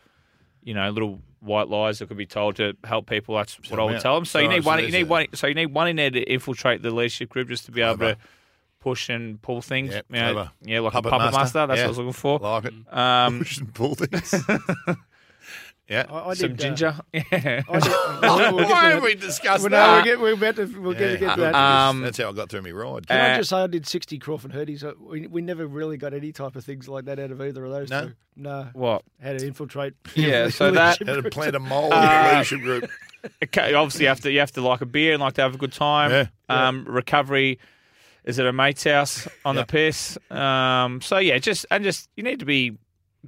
S4: you know, little white lies that could be told to help people, that's what I would
S3: out.
S4: tell them. So you
S3: Sorry,
S4: need
S3: so
S4: one. You
S3: there's
S4: need
S3: that.
S4: one. So you need one in there to infiltrate the leadership group just to be able
S3: Clever.
S4: to push and pull things.
S3: Yep,
S4: you know,
S3: clever.
S4: yeah, like a puppet master. that's what I was looking for.
S3: Like it.
S4: Um,
S3: Push and pull things. yeah.
S2: I, I did,
S4: some
S2: uh,
S4: ginger.
S2: I
S4: Yeah.
S2: did- we'll- we'll get
S3: Oh, Why
S2: to
S3: have
S2: that.
S3: we discussed
S2: Well, no,
S3: that?
S2: we'll get, we're about to, we'll get,
S3: Yeah.
S2: get to that.
S4: Um,
S3: That's how I got through my ride.
S2: Can I
S4: Uh,
S2: just say I did 60 Crawford Hurdies. Uh, We, we never really got any type of things like that out of either of those
S3: No?
S2: two. No.
S4: What?
S2: How to infiltrate.
S4: Yeah, so that-
S3: How to plant a mole in
S4: uh,
S3: the leadership group.
S4: Okay, obviously, you have to you have to like a beer and like to have a good time.
S3: Yeah.
S4: Um, recovery is at a mate's house on the piss. Um, so yeah, just and just you need to be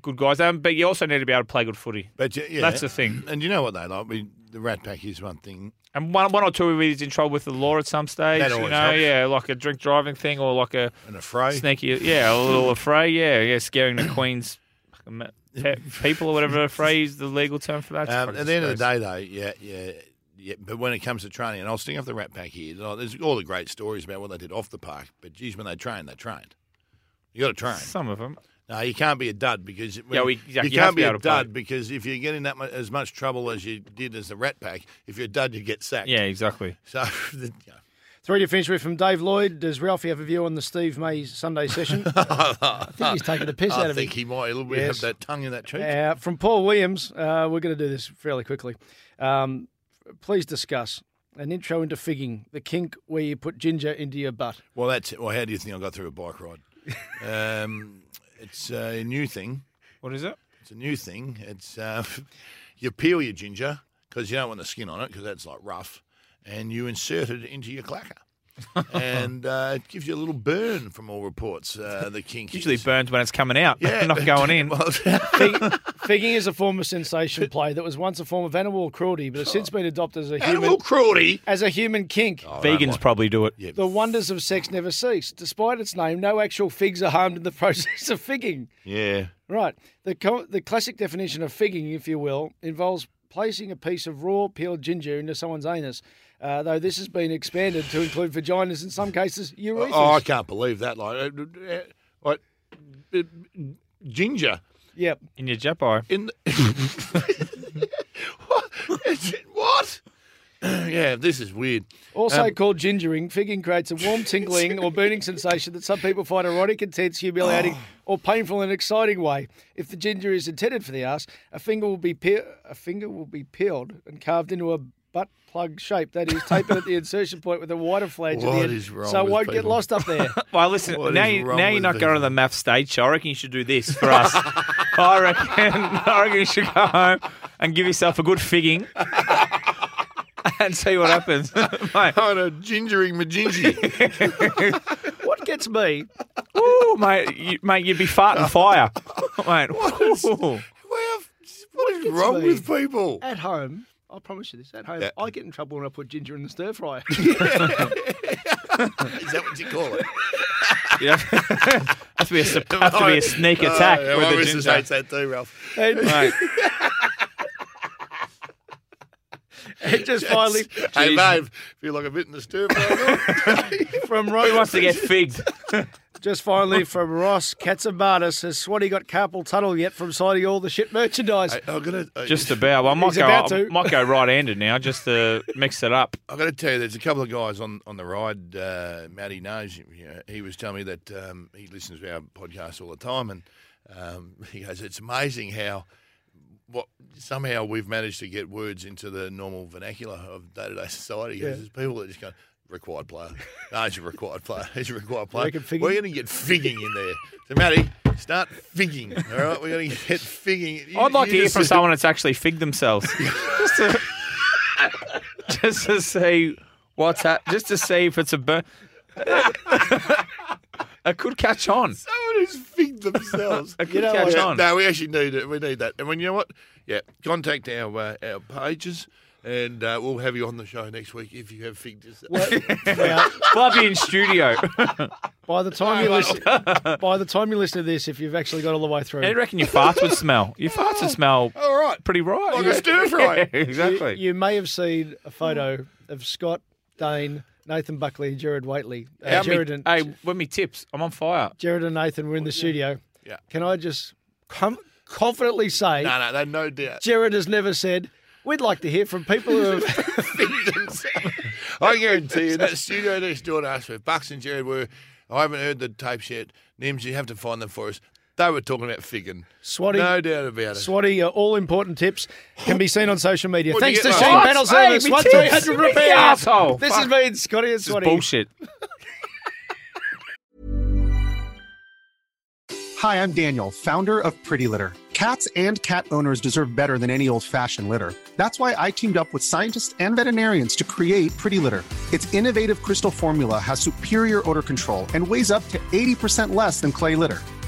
S4: good guys, um, but you also need to be able to play good footy.
S3: But y- yeah,
S4: That's the thing.
S3: And you know what they like? We, the Rat Pack is one thing.
S4: And one, one or two of you is in trouble with the law at some stage.
S3: That
S4: you
S3: always
S4: know,
S3: helps.
S4: yeah, like a drink driving thing or like a
S3: And a fray.
S4: sneaky, yeah, a little affray, yeah, yeah, scaring the Queen's fucking ma- pe- people or whatever affray is the legal term for that. It's
S3: Um,
S4: fucking
S3: at the end of the
S4: disgrace.
S3: day, though, yeah, yeah, yeah. But when it comes to training, and I'll sting off the Rat Pack here. like, There's all the great stories about what they did off the park, but geez, when they trained, they trained. You got to train.
S4: some of them.
S3: No, you can't be a dud because when-
S4: Yeah, we- yeah,
S3: you
S4: you
S3: can't
S4: have to
S3: be,
S4: be
S3: a
S4: able to play.
S3: dud because if you get in that mu- as much trouble as you did as the Rat Pack, if you're a dud, you get sacked.
S4: Yeah, exactly.
S3: So, the, you know,
S2: Three to finish with from Dave Lloyd. Does Ralphie have a view on the Steve May Sunday session? I think he's taking the piss out
S3: I
S2: of me.
S3: think he might a little bit
S2: Yes.
S3: have that tongue in that cheek.
S2: Uh, from Paul Williams, uh, we're going to do this fairly quickly. Um, please discuss an intro into figging, the kink where you put ginger into your butt.
S3: Well, that's well. How do you think I got through a bike ride? um, it's a new thing.
S4: What is it?
S3: It's a new thing. It's uh, you peel your ginger because you don't want the skin on it because that's like rough, and you insert it into your clacker, and uh, it gives you a little burn from all reports. Uh, the kink
S4: Usually
S3: is.
S4: burns when it's coming out,
S3: Yeah,
S4: not
S3: but-
S4: going in.
S3: Well,
S2: Fig- figging is a form of sensation play that was once a form of animal cruelty, but has since been adopted as a human
S3: animal Oh, cruelty.
S2: as a human kink.
S4: Vegans probably do it.
S2: The wonders of sex never cease. Despite its name, no actual figs are harmed in the process of figging.
S3: Yeah.
S2: Right. The co- the classic definition of figging, if you will, involves placing a piece of raw peeled ginger into someone's anus. Uh, though this has been expanded to include vaginas, in some cases urethras.
S3: Oh, I can't believe that. Like, uh, uh, like uh, ginger
S2: Yep.
S4: In your jeopardy.
S3: in the. what? Is it- what? yeah, this is weird.
S2: Also
S3: Um,
S2: called gingering, figging creates a warm, tingling, or burning sensation that some people find erotic, intense, humiliating,
S3: Oh.
S2: or painful in an exciting way. If the ginger is intended for the ass, a finger will be pe- a finger will be peeled and carved into a butt plug shape. That is tapered at the insertion point with a wider flange. at the
S3: What
S2: end,
S3: is wrong
S2: So it
S3: with
S2: won't get
S3: people?
S2: lost up there.
S4: Well, listen,
S3: What
S4: now,
S3: is
S4: you,
S3: wrong
S4: now you're
S3: with
S4: not going to
S3: people?
S4: the math stage, so I reckon you should do this for us. I reckon, I reckon you should go home and give yourself a good figging and see what happens. mate,
S3: Kind of gingering majingy.
S2: what gets me?
S4: ooh, mate, you, mate, you'd be farting fire. Mate, ooh.
S3: Well, what is wrong
S2: me.
S3: with people?
S4: Uh,
S2: At home, I promise you this. At home, I get in trouble when I put ginger in the stir fry.
S3: Is that what you call it?
S4: Yeah. has to be a, sup- has to be a sneak attack
S3: Oh, yeah,
S4: with
S3: my
S4: the
S3: missus
S4: ginger.
S3: hates that too, Ralph.
S2: and,
S4: Mate,
S2: and just finally,
S3: hey, babe, feel like a bit in the stir fry.
S2: from
S4: who
S2: Roy
S4: wants to get figged?
S2: Just finally from Ross Katzimatis, has Swanee got carpal tunnel yet from signing all the shit merchandise?
S3: Hey, I'm gonna uh, I-
S4: Just about. Well, I might
S2: He's
S4: go,
S2: about
S4: I
S2: to.
S4: might go right-handed now, just to mix it up.
S3: I got to tell you, there's a couple of guys on, on the ride. Uh, Matty knows. You know, he was telling me that um, he listens to our podcast all the time, and um, he goes, "It's amazing how what somehow we've managed to get words into the normal vernacular of day to day society." He goes, There's people that just go. Required player. No, he's a required player. He's a required player.
S2: reckon figging?
S3: We're going to get figging in there. So, Matty, start figging. All right, we're going to get figging. You-
S4: I'd like
S3: you
S4: to hear
S3: just-
S4: from someone that's actually figged themselves, just to just to see what's hap- just to see if it's a burn. it could catch on.
S3: Someone who's figged themselves.
S4: It could catch
S3: Yeah,
S4: on.
S3: No, we actually need it. We need that. And when you know what? Yeah, contact our uh, our pages, and uh, we'll have you on the show next week if you have figged yourself.
S4: Bobby in studio.
S2: By the time you listen, by the time you listen to this, if you've actually got all the way through,
S4: I reckon your farts would smell. Your farts would smell
S3: All Oh, right,
S4: pretty right.
S3: like a stir
S4: Yeah,
S3: fry.
S4: exactly.
S2: you may have seen a photo of Scott Dane, Nathan Buckley, and Jared Waitley. Uh,
S4: How many-
S2: Jared, and,
S4: hey, when me tips, I'm on fire.
S2: Jared and Nathan were in the studio.
S3: Yeah.
S2: Can I just com- confidently say,
S3: No, no, they no doubt.
S2: Jared has never said. We'd like to hear from people who have.
S3: Figged themselves. I guarantee you that studio next door to us where Bucks and Jared were. I haven't heard the tapes yet. Nims, you have to find them for us. They were talking about figging.
S2: Swatty-
S3: No doubt about it.
S2: Swatty, uh, all important tips can be seen on social media.
S3: What do you
S2: Thanks to
S3: get,
S2: Sheen
S3: mate?
S2: Panel
S4: Hey,
S2: Service,
S4: me
S2: one
S4: tips.
S2: three hundred
S4: You
S2: repairs.
S4: asshole.
S2: This has
S4: Fuck.
S2: been Scotty and
S4: This is
S2: Swatty.
S4: bullshit.
S9: Hi, I'm Daniel, founder of Pretty Litter. Cats and cat owners deserve better than any old fashioned litter. That's why I teamed up with scientists and veterinarians to create Pretty Litter. Its innovative crystal formula has superior odor control and weighs up to 80% less than clay litter.